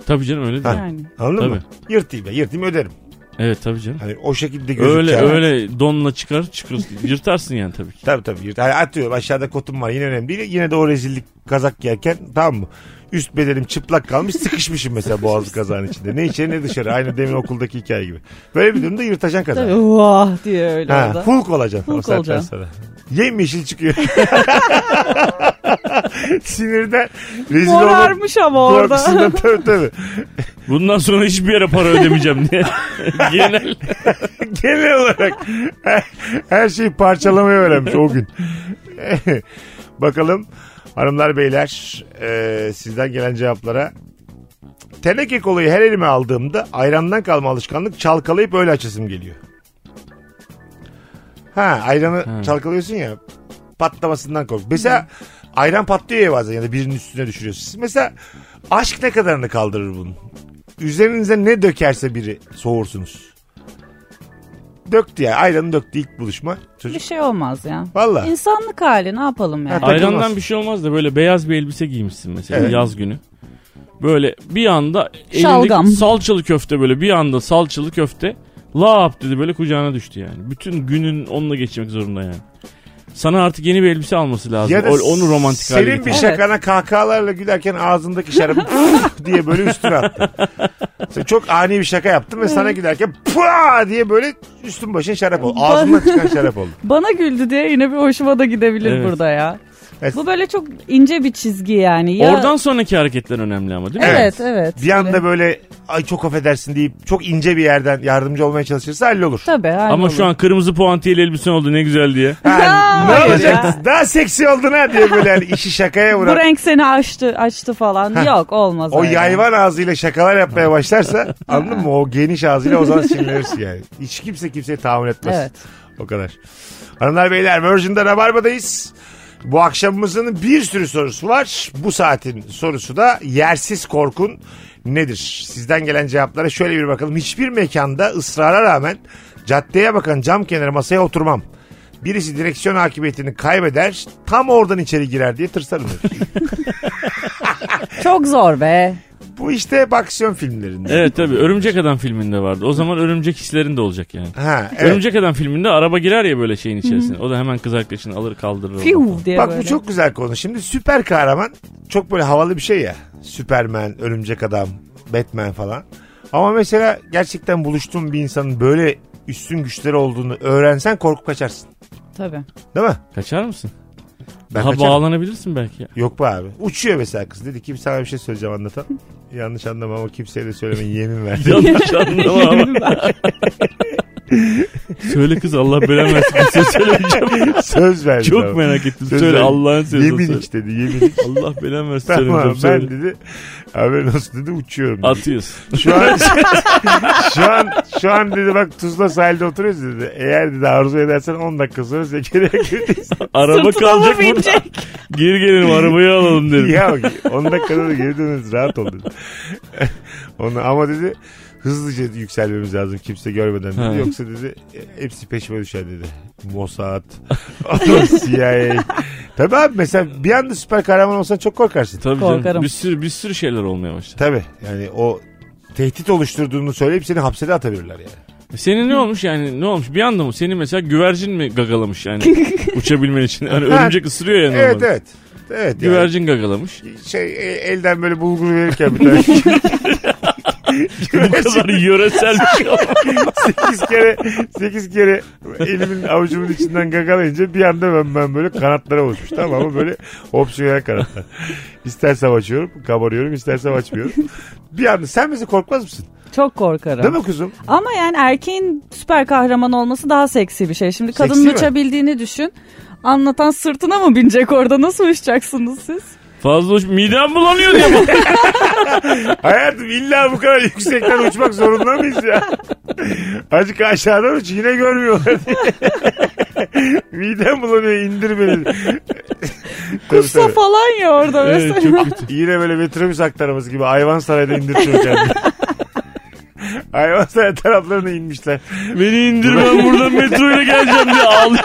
E: tabii canım öyle değil.
D: Yani.
C: Anladın
E: Tabii.
C: mı? Yırtayım ben. Yırtayım öderim.
E: Evet tabii canım.
C: Hani o şekilde gözüküyor.
E: Öyle öyle donla çıkar çıkar yırtarsın yani tabii ki.
C: Tabii tabii. Yırt. Hani atıyorum aşağıda kotum var. Yine önemli değil. Yine de o rezillik kazak giyerken tamam mı? Üst bedenim çıplak kalmış. Sıkışmışım mesela boğaz kazağın içinde. Ne içeri ne dışarı. Aynı demin okuldaki hikaye gibi. Böyle bir durumda yırtacaksın kazağı.
D: Tabii vah diye öyle
C: Ha,
D: orada.
C: Hulk olacaksın o
D: Hulk
C: saatten
D: olacaksın.
C: sonra. Yemyeşil çıkıyor. Sinirden rezil olup
D: Morarmış ama orada.
C: korkusundan tabii tabii.
E: Bundan sonra hiçbir yere para ödemeyeceğim diye. Genel
C: Genel olarak her, her şeyi parçalamayı öğrenmiş o gün. Bakalım hanımlar beyler e, sizden gelen cevaplara. Teneke kolayı her elime aldığımda ayrandan kalma alışkanlık çalkalayıp öyle açasım geliyor. Ha ayranı
E: Ha.
C: çalkalıyorsun ya patlamasından kork. Mesela ayran patlıyor ya bazen ya da birinin üstüne düşürüyorsun. Mesela aşk ne kadarını kaldırır bunun? Üzerinize ne dökerse biri soğursunuz. Döktü ya ayranı döktü ilk buluşma.
D: Bir
C: Çocuk
D: şey olmaz ya.
C: Valla.
D: İnsanlık hali ne yapalım yani.
C: Ha,
E: ayrandan
C: Takılmaz.
E: bir şey olmaz da böyle beyaz bir elbise giymişsin mesela
C: Evet.
E: yaz günü. Böyle bir anda
D: Şalgam.
E: elindeki salçalı köfte böyle bir anda salçalı köfte lap dedi böyle kucağına düştü yani. Bütün günün onunla geçirmek zorunda yani. Sana artık yeni bir elbise alması lazım.
C: Ya da
E: O- onu romantik hale
C: Senin
E: getir.
C: bir
D: getir.
C: şakana kahkahalarla gülerken ağzındaki şarabı püf diye böyle üstüne attın. Sen çok ani bir şaka yaptın ve sana gülerken pua diye böyle üstün başın şarap oldu. Ağzından çıkan şarap oldu.
D: Bana güldü diye yine bir hoşuma da gidebilir
E: Evet.
D: burada ya.
C: Evet.
D: Bu böyle çok ince bir çizgi yani. Ya-
E: Oradan sonraki hareketler önemli ama değil mi?
D: Evet evet.
C: Bir anda böyle ay çok affedersin deyip çok ince bir yerden yardımcı olmaya çalışırsa hallolur.
D: Tabii. aynı
E: Ama şu
D: olur.
E: an kırmızı puantiyeli elbisen oldu ne güzel diye.
C: Ha, ne
D: hayır
C: olacaksın? Daha seksi oldun ha diye böyle yani işi şakaya
D: Bu
C: vuran.
D: renk seni açtı açtı falan. Yok olmaz.
C: O
D: öyle.
C: yayvan ağzıyla şakalar yapmaya başlarsa anladın mı? O geniş ağzıyla o zaman sinirlenirsin yani. Hiç kimse kimseye tahammül etmez.
D: Evet.
C: O kadar. Hanımlar beyler Virgin'de Rabarba'dayız. Bu akşamımızın bir sürü sorusu var. Bu saatin sorusu da yersiz korkun nedir? Sizden gelen cevaplara şöyle bir bakalım. Hiçbir mekanda ısrara rağmen caddeye bakan cam kenarı masaya oturmam. Birisi direksiyon hakimiyetini kaybeder, tam oradan içeri girer diye tırsarım. demiş.
D: Çok zor be.
C: Bu işte bak aksiyon filmlerinde.
E: Evet tabii Örümcek Adam filminde vardı. O zaman örümcek hislerin de olacak yani.
C: Ha, evet.
E: Örümcek Adam filminde araba girer ya böyle şeyin içerisine. O da hemen kız arkadaşını alır kaldırır. onu falan.
D: Fiu diye
C: Bak
D: böyle.
C: bu çok güzel konu. Şimdi süper kahraman çok böyle havalı bir şey ya. Süpermen, Örümcek Adam, Batman falan. Ama mesela gerçekten buluştuğun bir insanın böyle üstün güçleri olduğunu öğrensen korkup kaçarsın.
D: Tabii.
C: Değil mi?
E: Kaçar mısın?
C: Ben
E: ha
C: kaçarım.
E: bağlanabilirsin belki.
C: Yok be abi. Uçuyor mesela kız. Dedi ki sana bir şey söyleyeceğim anlatan. Yanlış anlama ama kimseye de söylemeyin yemin verdi.
E: Yanlış anlama ama. Söyle kız Allah belanı versin. Kimseye söylemeyeceğim.
C: Söz verdi. ama.
E: Çok merak ettim.
C: Söz
E: Söyle
C: verdi.
E: Allah'ın sözü.
C: Yemin
E: söyle.
C: iç dedi yemin iç.
E: Allah belanı versin.
C: Tamam
E: Tamam,
C: ben
E: söyle.
C: dedi. Haberin olsun dedi uçuyorum. dedi.
E: Atıyorsun.
C: Şu an şu an şu an dedi bak Tuzla sahilde oturuyoruz dedi. Eğer dedi arzu edersen 10 dakika sonra zekeriye gireceğiz.
E: Araba
D: Sırtına
E: kalacak
D: mı
E: burada. Geri gelin arabayı alalım dedim.
C: ya bak, 10 dakikada da geri döneriz rahat ol dedi. Onu, ama dedi hızlıca yükselmemiz lazım kimse görmeden dedi.
E: Ha.
C: Yoksa dedi e, hepsi peşime düşer dedi. Mossad, CIA. Tabii abi mesela bir anda süper kahraman olsan çok korkarsın.
E: Tabii canım,
D: Korkarım.
E: Bir sürü, bir sürü şeyler olmaya başladı.
C: Tabii yani o tehdit oluşturduğunu söyleyip seni hapse de atabilirler yani.
E: Senin ne olmuş yani ne olmuş bir anda mı? Senin mesela güvercin mi gagalamış yani uçabilmen için? Hani örümcek ısırıyor yani.
C: Evet evet. Evet. yani.
E: Güvercin gagalamış.
C: şey e- elden böyle bulgur verirken bir tane.
E: Bu kadar yöresel bir şey olmaz.
C: 8 kere 8 kere elimin avucumun içinden gagalayınca bir anda ben, ben böyle kanatlara oluşmuş tamam mı böyle opsiyonel kanatlar. İstersem açıyorum kabarıyorum istersem açmıyorum. Bir anda sen bizi korkmaz mısın?
D: Çok korkarım.
C: Değil mi kuzum?
D: Ama yani erkeğin süper kahraman olması daha seksi bir şey. Şimdi kadının
C: Seksi mi?
D: uçabildiğini düşün. Anlatan sırtına mı binecek orada? Nasıl uçacaksınız siz?
E: Fazla uç midem bulanıyor diye bak.
C: Hayatım illa bu kadar yüksekten uçmak zorunda mıyız ya? Azıcık aşağıdan uç yine görmüyorlar diye. Midem bulanıyor indir beni. Tabii,
D: Kuşsa
C: tabii.
D: falan ya orada mesela.
E: Evet, çok kötü.
C: Yine böyle metrobüs aktarımız gibi hayvan sarayda indirtiyor kendini. hayvan saray taraflarına inmişler.
E: Beni indir ben buradan metroyla geleceğim diye ağlıyor.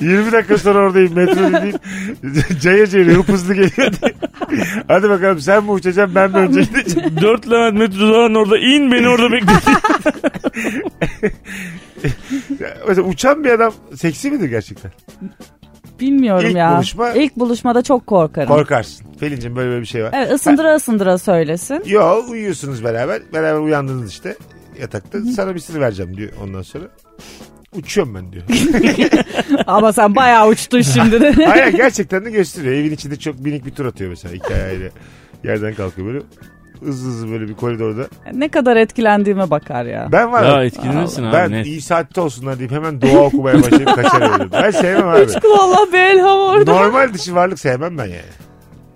C: 20 dakika sonra oradayım metro dediğin cayır cayır hıp hızlı geliyor diye. Hadi bakalım sen mi uçacaksın ben mi önce gideceğim.
E: Dört Levent metrodan orada in beni orada bekle.
C: Mesela uçan bir adam seksi midir gerçekten?
D: Bilmiyorum
C: İlk
D: ya.
C: buluşma-
D: İlk buluşmada çok korkarım.
C: Korkarsın. Pelin'cim böyle böyle bir şey var.
D: evet ısındıra ısındıra söylesin.
C: Yo uyuyorsunuz beraber. Beraber uyandınız işte yatakta. Sana bir sır vereceğim diyor ondan sonra. Uçuyorum ben diyor.
D: Ama sen bayağı uçtun şimdi de.
C: Hayır gerçekten de gösteriyor. Evin içinde çok minik bir tur atıyor mesela iki ayağıyla. Yerden kalkıyor böyle. Hızlı hızlı böyle bir koridorda.
D: ne kadar etkilendiğime bakar ya.
C: Ben var
E: ya
C: ya.
E: etkilenirsin abi
C: Ben
E: net.
C: iyi saatte olsunlar deyip hemen dua okumaya başlayıp kaçarım. Ben sevmem abi.
D: Valla bir elham orada.
C: Normal dışı varlık sevmem ben yani.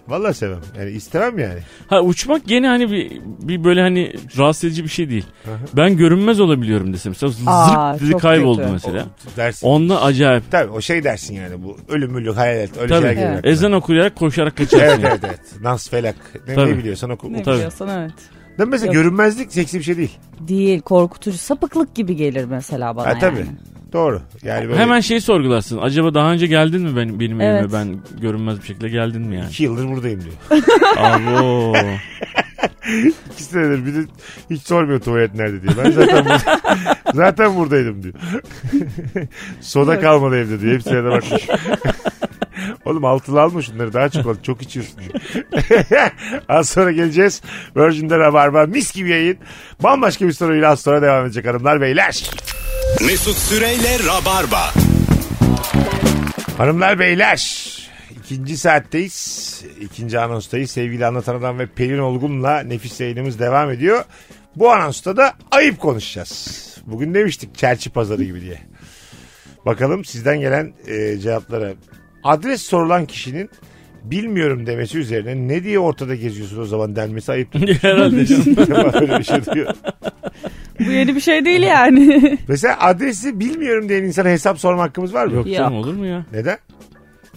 C: Vallahi sevmem. Yani istemem yani.
E: Ha uçmak gene hani bir, bir böyle hani rahatsız edici bir şey değil. Ben görünmez olabiliyorum desem. Mesela
D: Aa,
E: zırk dedi
D: çok
E: kayboldu
D: kötü.
E: mesela.
C: Dersin.
E: Onda acayip.
C: Tabii o şey dersin yani bu ölüm ölü hayal et. Öyle
E: Tabii.
C: şeyler geliyor. aklına.
E: Ezan okuyarak koşarak kaçarsın.
C: Evet
E: yani.
C: evet evet. Nas felak. Ne, ne
E: Tabii.
C: biliyorsan oku.
D: Ne
C: Ne?
E: Tabii.
D: biliyorsan evet.
C: Mesela
D: Yok.
C: görünmezlik seksi bir şey değil.
D: Değil korkutucu sapıklık gibi gelir mesela bana
C: Ha, tabii.
D: yani.
C: Doğru. Yani böyle
E: Hemen şeyi sorgularsın. Acaba daha önce geldin mi benim, benim
D: Evet.
E: evime? Ben görünmez bir şekilde geldin mi yani?
C: iki yıldır buradayım diyor.
E: Abo.
C: İki senedir bir de hiç sormuyor tuvalet nerede diyor. Ben zaten, bur- zaten buradaydım diyor. Soda kalmadı evde diyor. Hepsine de bakmış. Oğlum altılı alma şunları daha çok al. Çok içiyorsun diyor. az sonra geleceğiz. Virgin'de Rabarba mis gibi yayın. Bambaşka bir soruyla az sonra devam edecek hanımlar beyler.
B: Mesut Süreyle Rabarba.
C: Hanımlar beyler. ikinci saatteyiz. İkinci anonstayız. Sevgili Anlatan Adam ve Pelin Olgun'la nefis yayınımız devam ediyor. Bu anonsta da ayıp konuşacağız. Bugün demiştik çerçi pazarı gibi diye. Bakalım sizden gelen e, cevaplara. Adres sorulan kişinin bilmiyorum demesi üzerine ne diye ortada geziyorsun o zaman denmesi ayıptır.
E: Herhalde canım.
C: Öyle bir şey diyor.
D: Bu yeni bir şey değil yani.
C: Mesela adresi bilmiyorum diyen insana hesap sorma hakkımız var mı?
E: Yok canım
D: Yok.
E: olur mu ya?
C: Neden?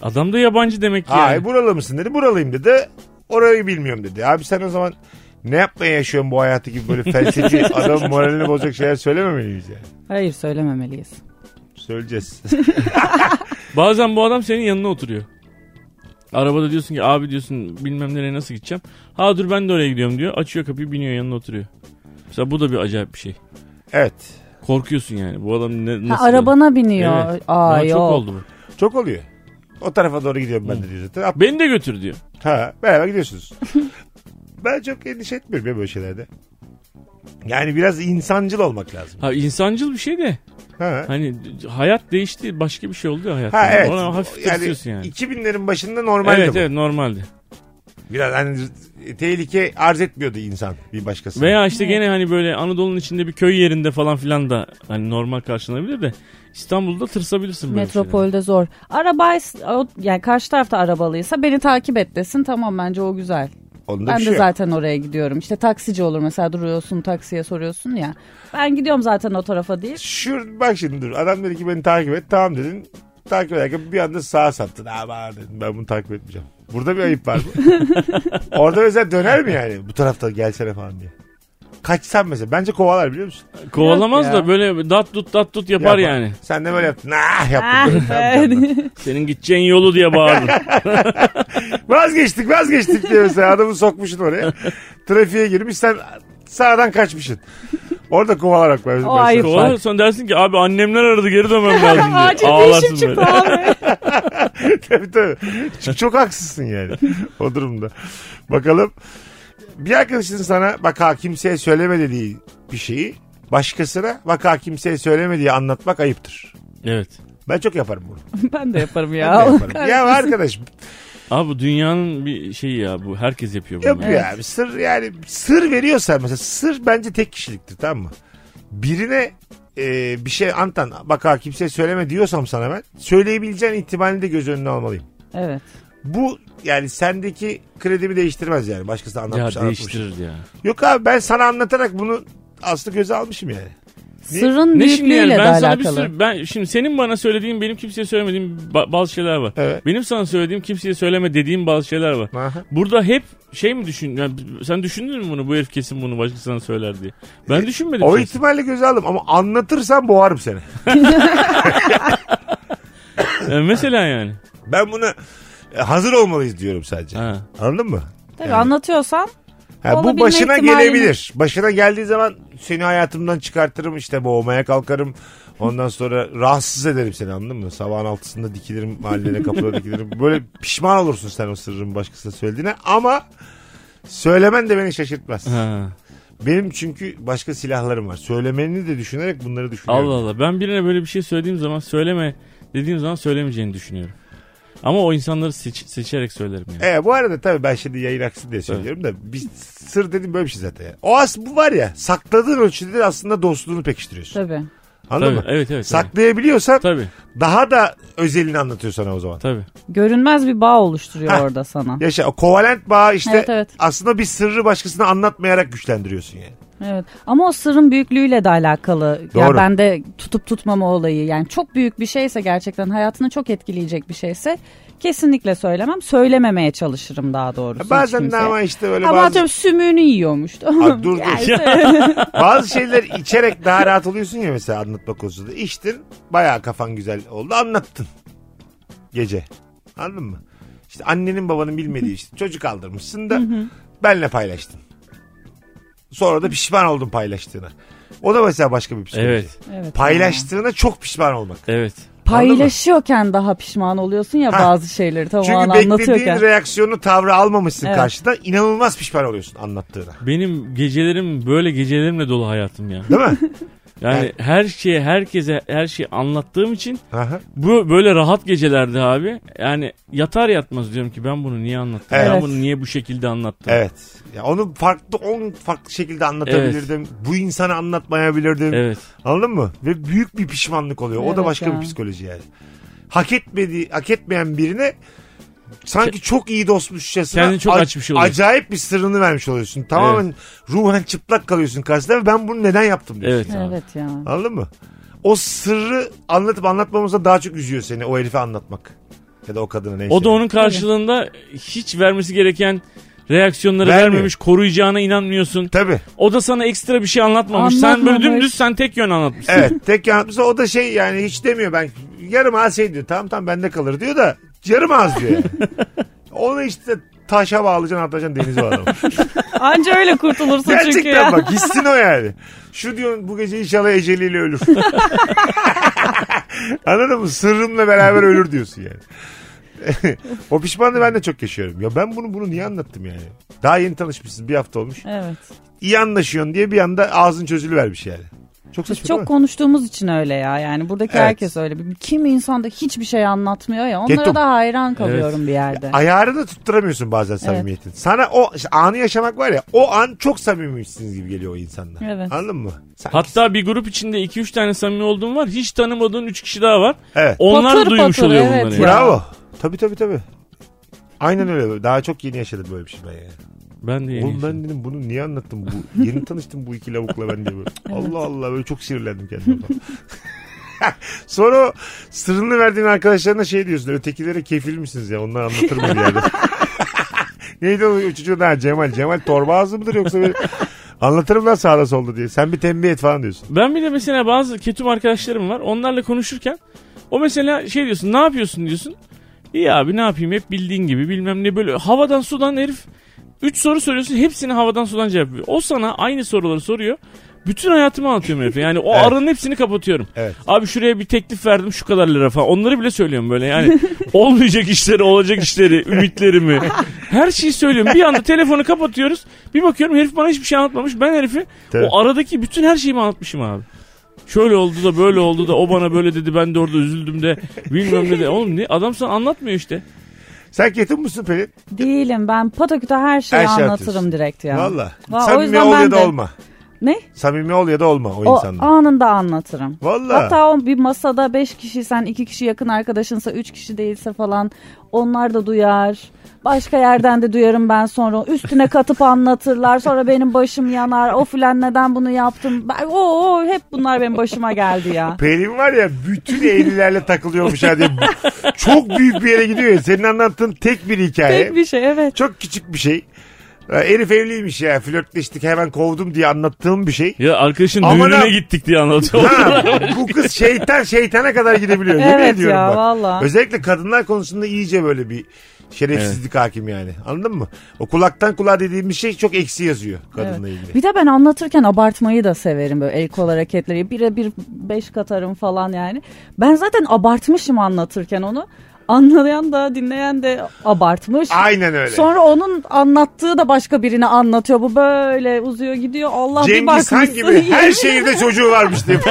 E: Adam da yabancı demek ki.
C: Ay
E: yani.
C: buralı mısın dedi. Buralıyım dedi. Orayı bilmiyorum dedi. Abi sen o zaman ne yapmaya yaşıyorsun bu hayatı gibi böyle felsefi adam moralini bozacak şeyler söylememeliyiz yani.
D: Hayır söylememeliyiz.
C: Söyleyeceğiz.
E: Bazen bu adam senin yanına oturuyor. Arabada diyorsun ki abi diyorsun bilmem nereye nasıl gideceğim. Ha dur ben de oraya gidiyorum diyor. Açıyor kapıyı biniyor yanına oturuyor. Mesela bu da bir acayip bir şey.
C: evet.
E: Korkuyorsun yani. Bu adam ne,
D: Ha,
E: nasıl?
D: arabana biniyor.
E: Evet.
D: Aa
E: Bana
D: yok.
E: çok oldu bu.
C: Çok oluyor. O tarafa doğru gidiyorum ben de diyor zaten. Ab-
E: Beni de götür diyor.
C: Ha, beraber gidiyorsunuz. ben çok endişe etmiyorum ya böyle şeylerde. Yani biraz insancıl olmak lazım.
E: Ha insancıl bir şey de.
C: Ha.
E: Hani d- hayat değişti. Başka bir şey oldu ya hayatta.
C: Ha evet.
E: Ona hafif
C: yani,
E: tırsıyorsun yani.
C: 2000'lerin başında normaldi
E: Evet
C: bu.
E: evet normaldi.
C: Biraz hani z- tehlike arz etmiyordu insan bir başkası.
E: Veya işte gene hani böyle Anadolu'nun içinde bir köy yerinde falan filan da hani normal karşılanabilir de İstanbul'da tırsabilirsin böyle şeylere.
D: Metropolde zor. Arabayı yani karşı tarafta arabalıysa beni takip et desin. Tamam bence o güzel.
C: Onda
D: Ben
C: bir
D: de
C: şey yok.
D: zaten oraya gidiyorum. İşte taksici olur mesela duruyorsun taksiye soruyorsun ya. Ben gidiyorum zaten o tarafa değil.
C: Şur, bak şimdi dur. Adam dedi ki beni takip et. Tamam dedin. Takip ederken bir anda sağa saptın. Aman dedim ben bunu takip etmeyeceğim. Burada bir ayıp var mı? Orada mesela döner mi yani? Bu tarafta gelsene falan diye. Kaçsan mesela. Bence kovalar biliyor musun?
E: Kovalamaz
D: Yok ya.
E: da böyle dat tut dat tut
C: Yapar.
E: yapar yani.
C: Sen de böyle yaptın. Ah
D: Ah,
C: yaptın. böyle. Tamam,
D: evet.
C: tamam.
E: Senin gideceğin yolu diye bağırdı.
C: vazgeçtik vazgeçtik diye mesela adamı sokmuşsun oraya. Trafiğe girmiş sen sağdan kaçmışsın. Orada kovalarak var.
D: O ayıp.
E: Kovalar sonra dersin ki abi annemler aradı geri dönmem lazım
D: Acil
E: diye.
D: bir
E: Ağlarsın
D: işim
E: Şey, böyle.
D: çıktı abi.
C: tabii tabii. Çünkü çok haksızsın yani o durumda. Bakalım. Bir arkadaşın sana bak ha kimseye söyleme dediği bir şeyi başkasına bak ha kimseye söyleme diye anlatmak ayıptır.
E: Evet.
C: Ben çok yaparım bunu.
D: ben de yaparım
C: Ben
D: ya.
C: de yaparım. ya arkadaş
E: Abi bu dünyanın bir şeyi ya bu herkes yapıyor bunu.
C: yapıyor
E: yani.
C: abi. Sır yani sır veriyorsan mesela sır bence tek kişiliktir tamam mı? Birine e, bir şey antan bak ha kimseye söyleme diyorsam sana ben söyleyebileceğin ihtimalini de göz önüne almalıyım.
D: Evet.
C: Bu yani sendeki kredimi değiştirmez yani. Başkası
E: Ya
C: anlatmış anlatmış.
E: değiştirir ya.
C: Yok abi ben sana anlatarak bunu aslı göze almışım yani.
D: Sırrın
E: Ne şimdi
D: büyüklüğüyle
E: yani ben
D: de
E: sana bir
D: alakalı.
E: sürü ben şimdi senin bana söylediğin benim kimseye söylemediğim ba- bazı şeyler var.
C: Evet.
E: Benim sana söylediğim kimseye söyleme dediğim bazı şeyler var.
C: Aha.
E: Burada hep şey mi düşün? yani sen düşündün mü bunu? Bu herif kesin bunu başkasına söyler diye. Ben düşünmedim.
C: O
E: şahsen.
C: ihtimalle göze aldım ama anlatırsan boğarım seni.
E: E, mesela yani.
C: Ben buna e, hazır olmalıyız diyorum sadece.
E: Ha.
C: Anladın mı?
D: Tabii anlatıyorsan
C: Ha, bu
D: Olabilme
C: başına
D: ihtimalini-
C: gelebilir. Başına geldiği zaman seni hayatımdan çıkartırım işte boğmaya kalkarım. Ondan sonra rahatsız ederim seni anladın mı? Sabahın altısında dikilirim mahallene kapıda dikilirim. Böyle pişman olursun sen o sırrın başkasına söylediğine ama söylemen de beni şaşırtmaz.
E: Ha.
C: Benim çünkü başka silahlarım var. Söylemeni de düşünerek bunları düşünüyorum.
E: Allah Allah. Ben birine böyle bir şey söylediğim zaman söyleme dediğim zaman söylemeyeceğini düşünüyorum. Ama o insanları seç- seçerek söylerim yani.
C: E, bu arada tabii ben şimdi yayın aksi diye söylüyorum da bir sır dedim böyle bir şey zaten. ya. O as bu var ya sakladığın ölçüde de aslında dostluğunu pekiştiriyorsun.
D: tabii.
C: Anladın
E: Tabii,
C: mı?
E: evet evet. Tabii.
C: Saklayabiliyorsan
E: Tabii
C: daha da özelini anlatıyor sana o zaman.
E: tabii.
D: Görünmez bir bağ oluşturuyor
C: Ha.
D: orada sana.
C: Yaşa o kovalent bağ işte
D: Evet, evet.
C: aslında bir sırrı başkasına anlatmayarak güçlendiriyorsun yani.
D: Evet. Ama o sırrın büyüklüğüyle de alakalı.
C: Doğru.
D: Ya ben de tutup tutmama olayı. Yani çok büyük bir şeyse gerçekten hayatını çok etkileyecek bir şeyse kesinlikle söylemem. Söylememeye çalışırım daha doğrusu. hiç
C: Bazen de
D: kimseye.
C: ama işte böyle
D: Ama
C: bazı,
D: atıyorum sümüğünü yiyormuş.
C: Aa, dur, dur.
D: Yani-
C: bazı şeyler içerek daha rahat oluyorsun ya mesela anlatma konusunda. İçtin bayağı kafan güzel oldu anlattın gece. Anladın mı? İşte annenin babanın bilmediği işte çocuk aldırmışsın da benle paylaştın. Sonra da pişman oldun paylaştığına. O da mesela başka bir psikoloji.
E: Evet.
D: Evet.
C: Paylaştığına çok pişman olmak.
E: Evet.
D: Paylaşıyorken daha pişman oluyorsun ya
C: Ha.
D: bazı şeyleri tam o an
C: Çünkü
D: anlatıyorken.
C: beklediğin reaksiyonu tavrı almamışsın
D: Evet.
C: karşıda. inanılmaz pişman oluyorsun anlattığına.
E: Benim gecelerim böyle gecelerimle dolu hayatım ya.
C: Değil mi?
E: Yani her şeye, herkese, her şeyi anlattığım için
C: Aha.
E: bu böyle rahat gecelerde abi. Yani yatar yatmaz diyorum ki ben bunu niye anlattım? Ben
C: Evet.
E: bunu niye bu şekilde anlattım?
C: Evet. Ya onu farklı 10 farklı şekilde anlatabilirdim. Bu insanı anlatmayabilirdim.
E: Evet.
C: Anladın mı? Ve büyük bir pişmanlık oluyor. o da
D: Evet
C: başka
D: ya.
C: bir psikoloji yani. Hak etmediği, hak etmeyen birine sanki çok iyi dostmuşçasına
E: Kendini çok
C: ac-
E: açmış oluyorsun.
C: acayip bir sırrını vermiş oluyorsun. Tamamen ruhen çıplak kalıyorsun karşısında ve ben bunu neden yaptım diyorsun.
E: Evet. abi.
D: Evet ya.
C: Anladın mı? O sırrı anlatıp anlatmamızda daha çok üzüyor seni o herife anlatmak. Ya da o kadına neyse.
E: O da onun karşılığında hiç vermesi gereken reaksiyonları
C: Vermiyor.
E: vermemiş, koruyacağına inanmıyorsun.
C: Tabii.
E: O da sana ekstra bir şey anlatmamış. Sen böyle
D: Anlatmamış.
E: dümdüz sen tek yön anlatmışsın.
C: Evet tek yanıtmışsa o da şey yani hiç demiyor ben yarım ağız şey diyor tamam tamam bende kalır diyor da yarım ağız diyor yani. Onu işte taşa bağlayacaksın atacaksın denize o adamı.
D: Anca öyle kurtulursun çünkü ya.
C: Gerçekten bak gitsin o yani. Şu diyorsun bu gece inşallah eceliyle ölür. Anladın mı? Sırrımla beraber ölür diyorsun yani. o pişmanlığı ben de çok yaşıyorum. Ya ben bunu bunu niye anlattım yani? Daha yeni tanışmışsın bir hafta olmuş.
D: Evet.
C: İyi anlaşıyorsun diye bir anda ağzın çözülüvermiş yani. Çok
D: Biz
C: saçma değil mi?
D: çok konuştuğumuz için öyle ya. Yani buradaki
C: Evet.
D: herkes öyle. Kim insan da hiçbir şey anlatmıyor ya. Onlara
C: Ketum.
D: da hayran kalıyorum bir yerde.
C: Ayarı da tutturamıyorsun bazen samimiyetin. Sana o işte anı yaşamak var ya o an çok samimiymişsiniz gibi geliyor o insanla.
D: Evet.
C: Anladın mı? Sanki-
E: Hatta bir grup içinde 2-3 tane samimi olduğum var. Hiç tanımadığın 3 kişi daha var.
C: Evet.
E: Onlar
D: Patır
E: duymuş
D: patır,
E: oluyor
D: evet
E: bunları.
D: ya.
E: yani.
C: Bravo. Tabii tabii tabii. Aynen öyle. Daha çok yeni yaşadım böyle bir şey ben yani.
E: Ben de yeni
C: Oğlum
E: yaşadım.
C: ben dedim bunu niye anlattım? Bu, yeni tanıştım bu iki lavukla ben diye böyle. Allah Allah böyle çok sinirlendim kendime. falan. Sonra o sırrını verdiğin arkadaşlarına şey diyorsun. Ötekilere kefil misiniz ya? Onlar anlatır mı bir yerde? Neydi o çocuğun ha Cemal. Cemal torba ağzı mıdır yoksa böyle anlatırım lan sağda solda diye. Sen bir tembih et falan diyorsun.
E: Ben bir de mesela bazı ketum arkadaşlarım var. Onlarla konuşurken o mesela şey diyorsun ne yapıyorsun diyorsun. İyi abi ne yapayım hep bildiğin gibi bilmem ne böyle havadan sudan herif 3 soru soruyorsun hepsini havadan sudan cevap veriyor. O sana aynı soruları soruyor. Bütün hayatımı anlatıyorum herife. Yani o
C: Evet.
E: aranın hepsini kapatıyorum.
C: Evet.
E: Abi şuraya bir teklif verdim şu kadar lira falan. Onları bile söylüyorum böyle yani. olmayacak işleri, olacak işleri, ümitlerimi. Her şeyi söylüyorum. Bir anda telefonu kapatıyoruz. Bir bakıyorum herif bana hiçbir şey anlatmamış. Ben herifi
C: Tabii.
E: o aradaki bütün her şeyimi anlatmışım abi. Şöyle oldu da böyle oldu da o bana böyle dedi ben de orada üzüldüm de bilmem ne de. Oğlum ne adam sana anlatmıyor işte.
C: Sen ketum musun Pelin?
D: Değilim ben pataküte her şeyi
C: Her şey
D: anlatırım
C: atıyorsun.
D: direkt ya.
C: Valla.
D: Va- o
C: Samimi
D: yüzden
C: ol ya
D: ben
C: da
D: de-
C: olma.
D: Ne?
C: Samimi ol ya da olma o,
D: O
C: insanla.
D: anında anlatırım.
C: Valla.
D: Hatta o bir masada beş kişiysen iki kişi yakın arkadaşınsa üç kişi değilse falan onlar da duyar. Başka yerden de duyarım ben sonra. Üstüne katıp anlatırlar. Sonra benim başım yanar. O filan neden bunu yaptım? Ben, o, o, hep bunlar benim başıma geldi ya.
C: Pelin var ya bütün evlilerle takılıyormuş hadi. Çok büyük bir yere gidiyor ya. Senin anlattığın tek bir hikaye.
D: Tek bir şey evet.
C: Çok küçük bir şey. Ha, Herif evliymiş ya flörtleştik hemen kovdum diye anlattığım bir şey.
E: Ya arkadaşın
C: Aman
E: düğününe
C: ha-
E: gittik diye anlatıyor.
C: Ha, bu kız şeytan şeytana kadar gidebiliyor. Yemin
D: Evet
C: ediyorum
D: ya,
C: bak.
D: vallahi.
C: Özellikle kadınlar konusunda iyice böyle bir şerefsizlik hakim yani. Anladın mı? O kulaktan kulağa dediğimiz şey çok eksi yazıyor kadınla ilgili.
D: Bir de ben anlatırken abartmayı da severim böyle el kol hareketleri. Bire bir beş katarım falan yani. Ben zaten abartmışım anlatırken onu. Anlayan da dinleyen de abartmış.
C: Aynen öyle.
D: Sonra onun anlattığı da başka birine anlatıyor. Bu böyle uzuyor gidiyor. Allah bir
C: Cengiz Han
D: bakmışsın.
C: gibi her şey- şehirde çocuğu varmış diye.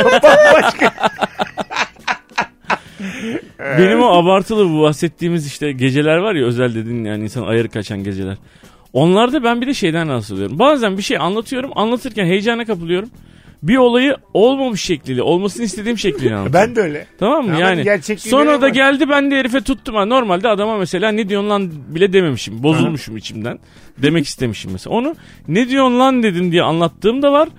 E: Benim o abartılı bu bahsettiğimiz işte geceler var ya özel dediğin yani insan ayarı kaçan geceler. Onlarda ben bir de şeyden rahatsız oluyorum. Bazen bir şey anlatıyorum anlatırken heyecana kapılıyorum. bir olayı olmamış şekliyle, olmasını istediğim şekliyle anlatırım.
C: Ben de öyle.
E: Tamam mı
C: Ama
E: yani?
C: gerçekliği
E: Sonra
C: bilemem.
E: da geldi ben de herife tuttum. Ha, normalde adama mesela ne diyorsun lan bile dememişim. Bozulmuşum içimden. Demek istemişim mesela. Onu ne diyorsun lan dedim diye anlattığım da var.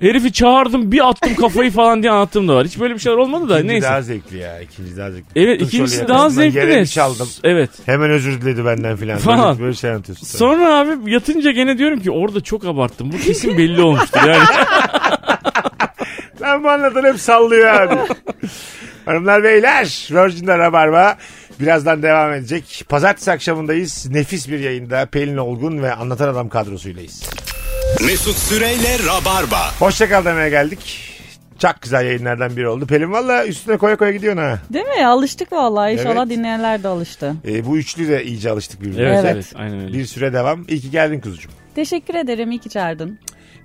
E: Herifi çağırdım bir attım kafayı falan diye anlattığım da var. Hiç böyle bir şeyler olmadı da
C: İkinci
E: neyse.
C: daha zevkli ya. İkinci daha zevkli.
E: Evet
C: Dur
E: ikincisi
C: şöyle
E: daha
C: yakasından
E: zevkli
C: yere
E: de.
C: bir çaldım.
E: Evet.
C: Hemen özür diledi benden filan.
E: Falan.
C: Böyle- Böyle şey anlatıyorsun.
E: Sonra abi yatınca gene diyorum ki orada çok abarttım. Bu kesin belli olmuştur yani.
C: Ben bu anlatan hep sallıyor abi. Hanımlar beyler Virgin'de Rabarba birazdan devam edecek. Pazartesi akşamındayız. Nefis bir yayında Pelin Olgun ve Anlatan Adam kadrosuylayız.
B: Mesut Süreyle Rabarba.
C: Hoşçakal demeye geldik. Çok güzel yayınlardan biri oldu. Pelin valla üstüne koya koya gidiyorsun ha.
D: Değil mi? Alıştık vallahi. İnşallah
C: Evet.
D: dinleyenler de alıştı.
C: Ee, bu üçlü de iyice alıştık birbirimize.
E: Evet,
D: Evet.
E: evet aynen öyle.
C: Bir süre devam. İyi ki geldin kuzucuğum.
D: Teşekkür ederim. İyi ki çağırdın.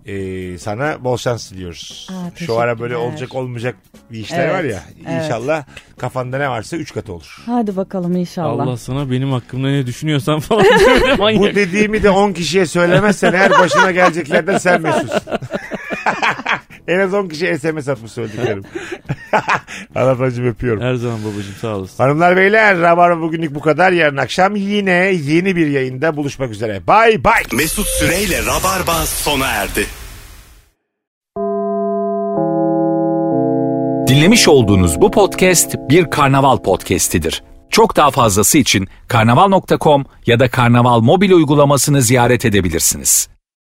C: Ee, sana bol şans diliyoruz. Şu
D: Aa,
C: ara
D: teşekkürler.
C: böyle olacak olmayacak bir işler
D: Evet,
C: var ya.
D: evet.
C: İnşallah kafanda ne varsa üç katı olur.
D: Hadi bakalım inşallah.
E: Allah sana benim hakkımda ne düşünüyorsan falan diye böyle manyak.
C: Bu dediğimi de 10 kişiye söylemezsen her başına geleceklerden sen mesulsun. en az 10 kişiye SMS atmış söylediklerim. Anlatacım öpüyorum.
E: Her zaman babacığım sağ olasın.
C: Hanımlar beyler Rabarba bugünlük bu kadar. Yarın akşam yine yeni bir yayında buluşmak üzere. Bay bay.
B: Mesut Süreyle Rabarba sona erdi.
A: Dinlemiş olduğunuz bu podcast bir karnaval podcastidir. Çok daha fazlası için karnaval.com ya da karnaval mobil uygulamasını ziyaret edebilirsiniz.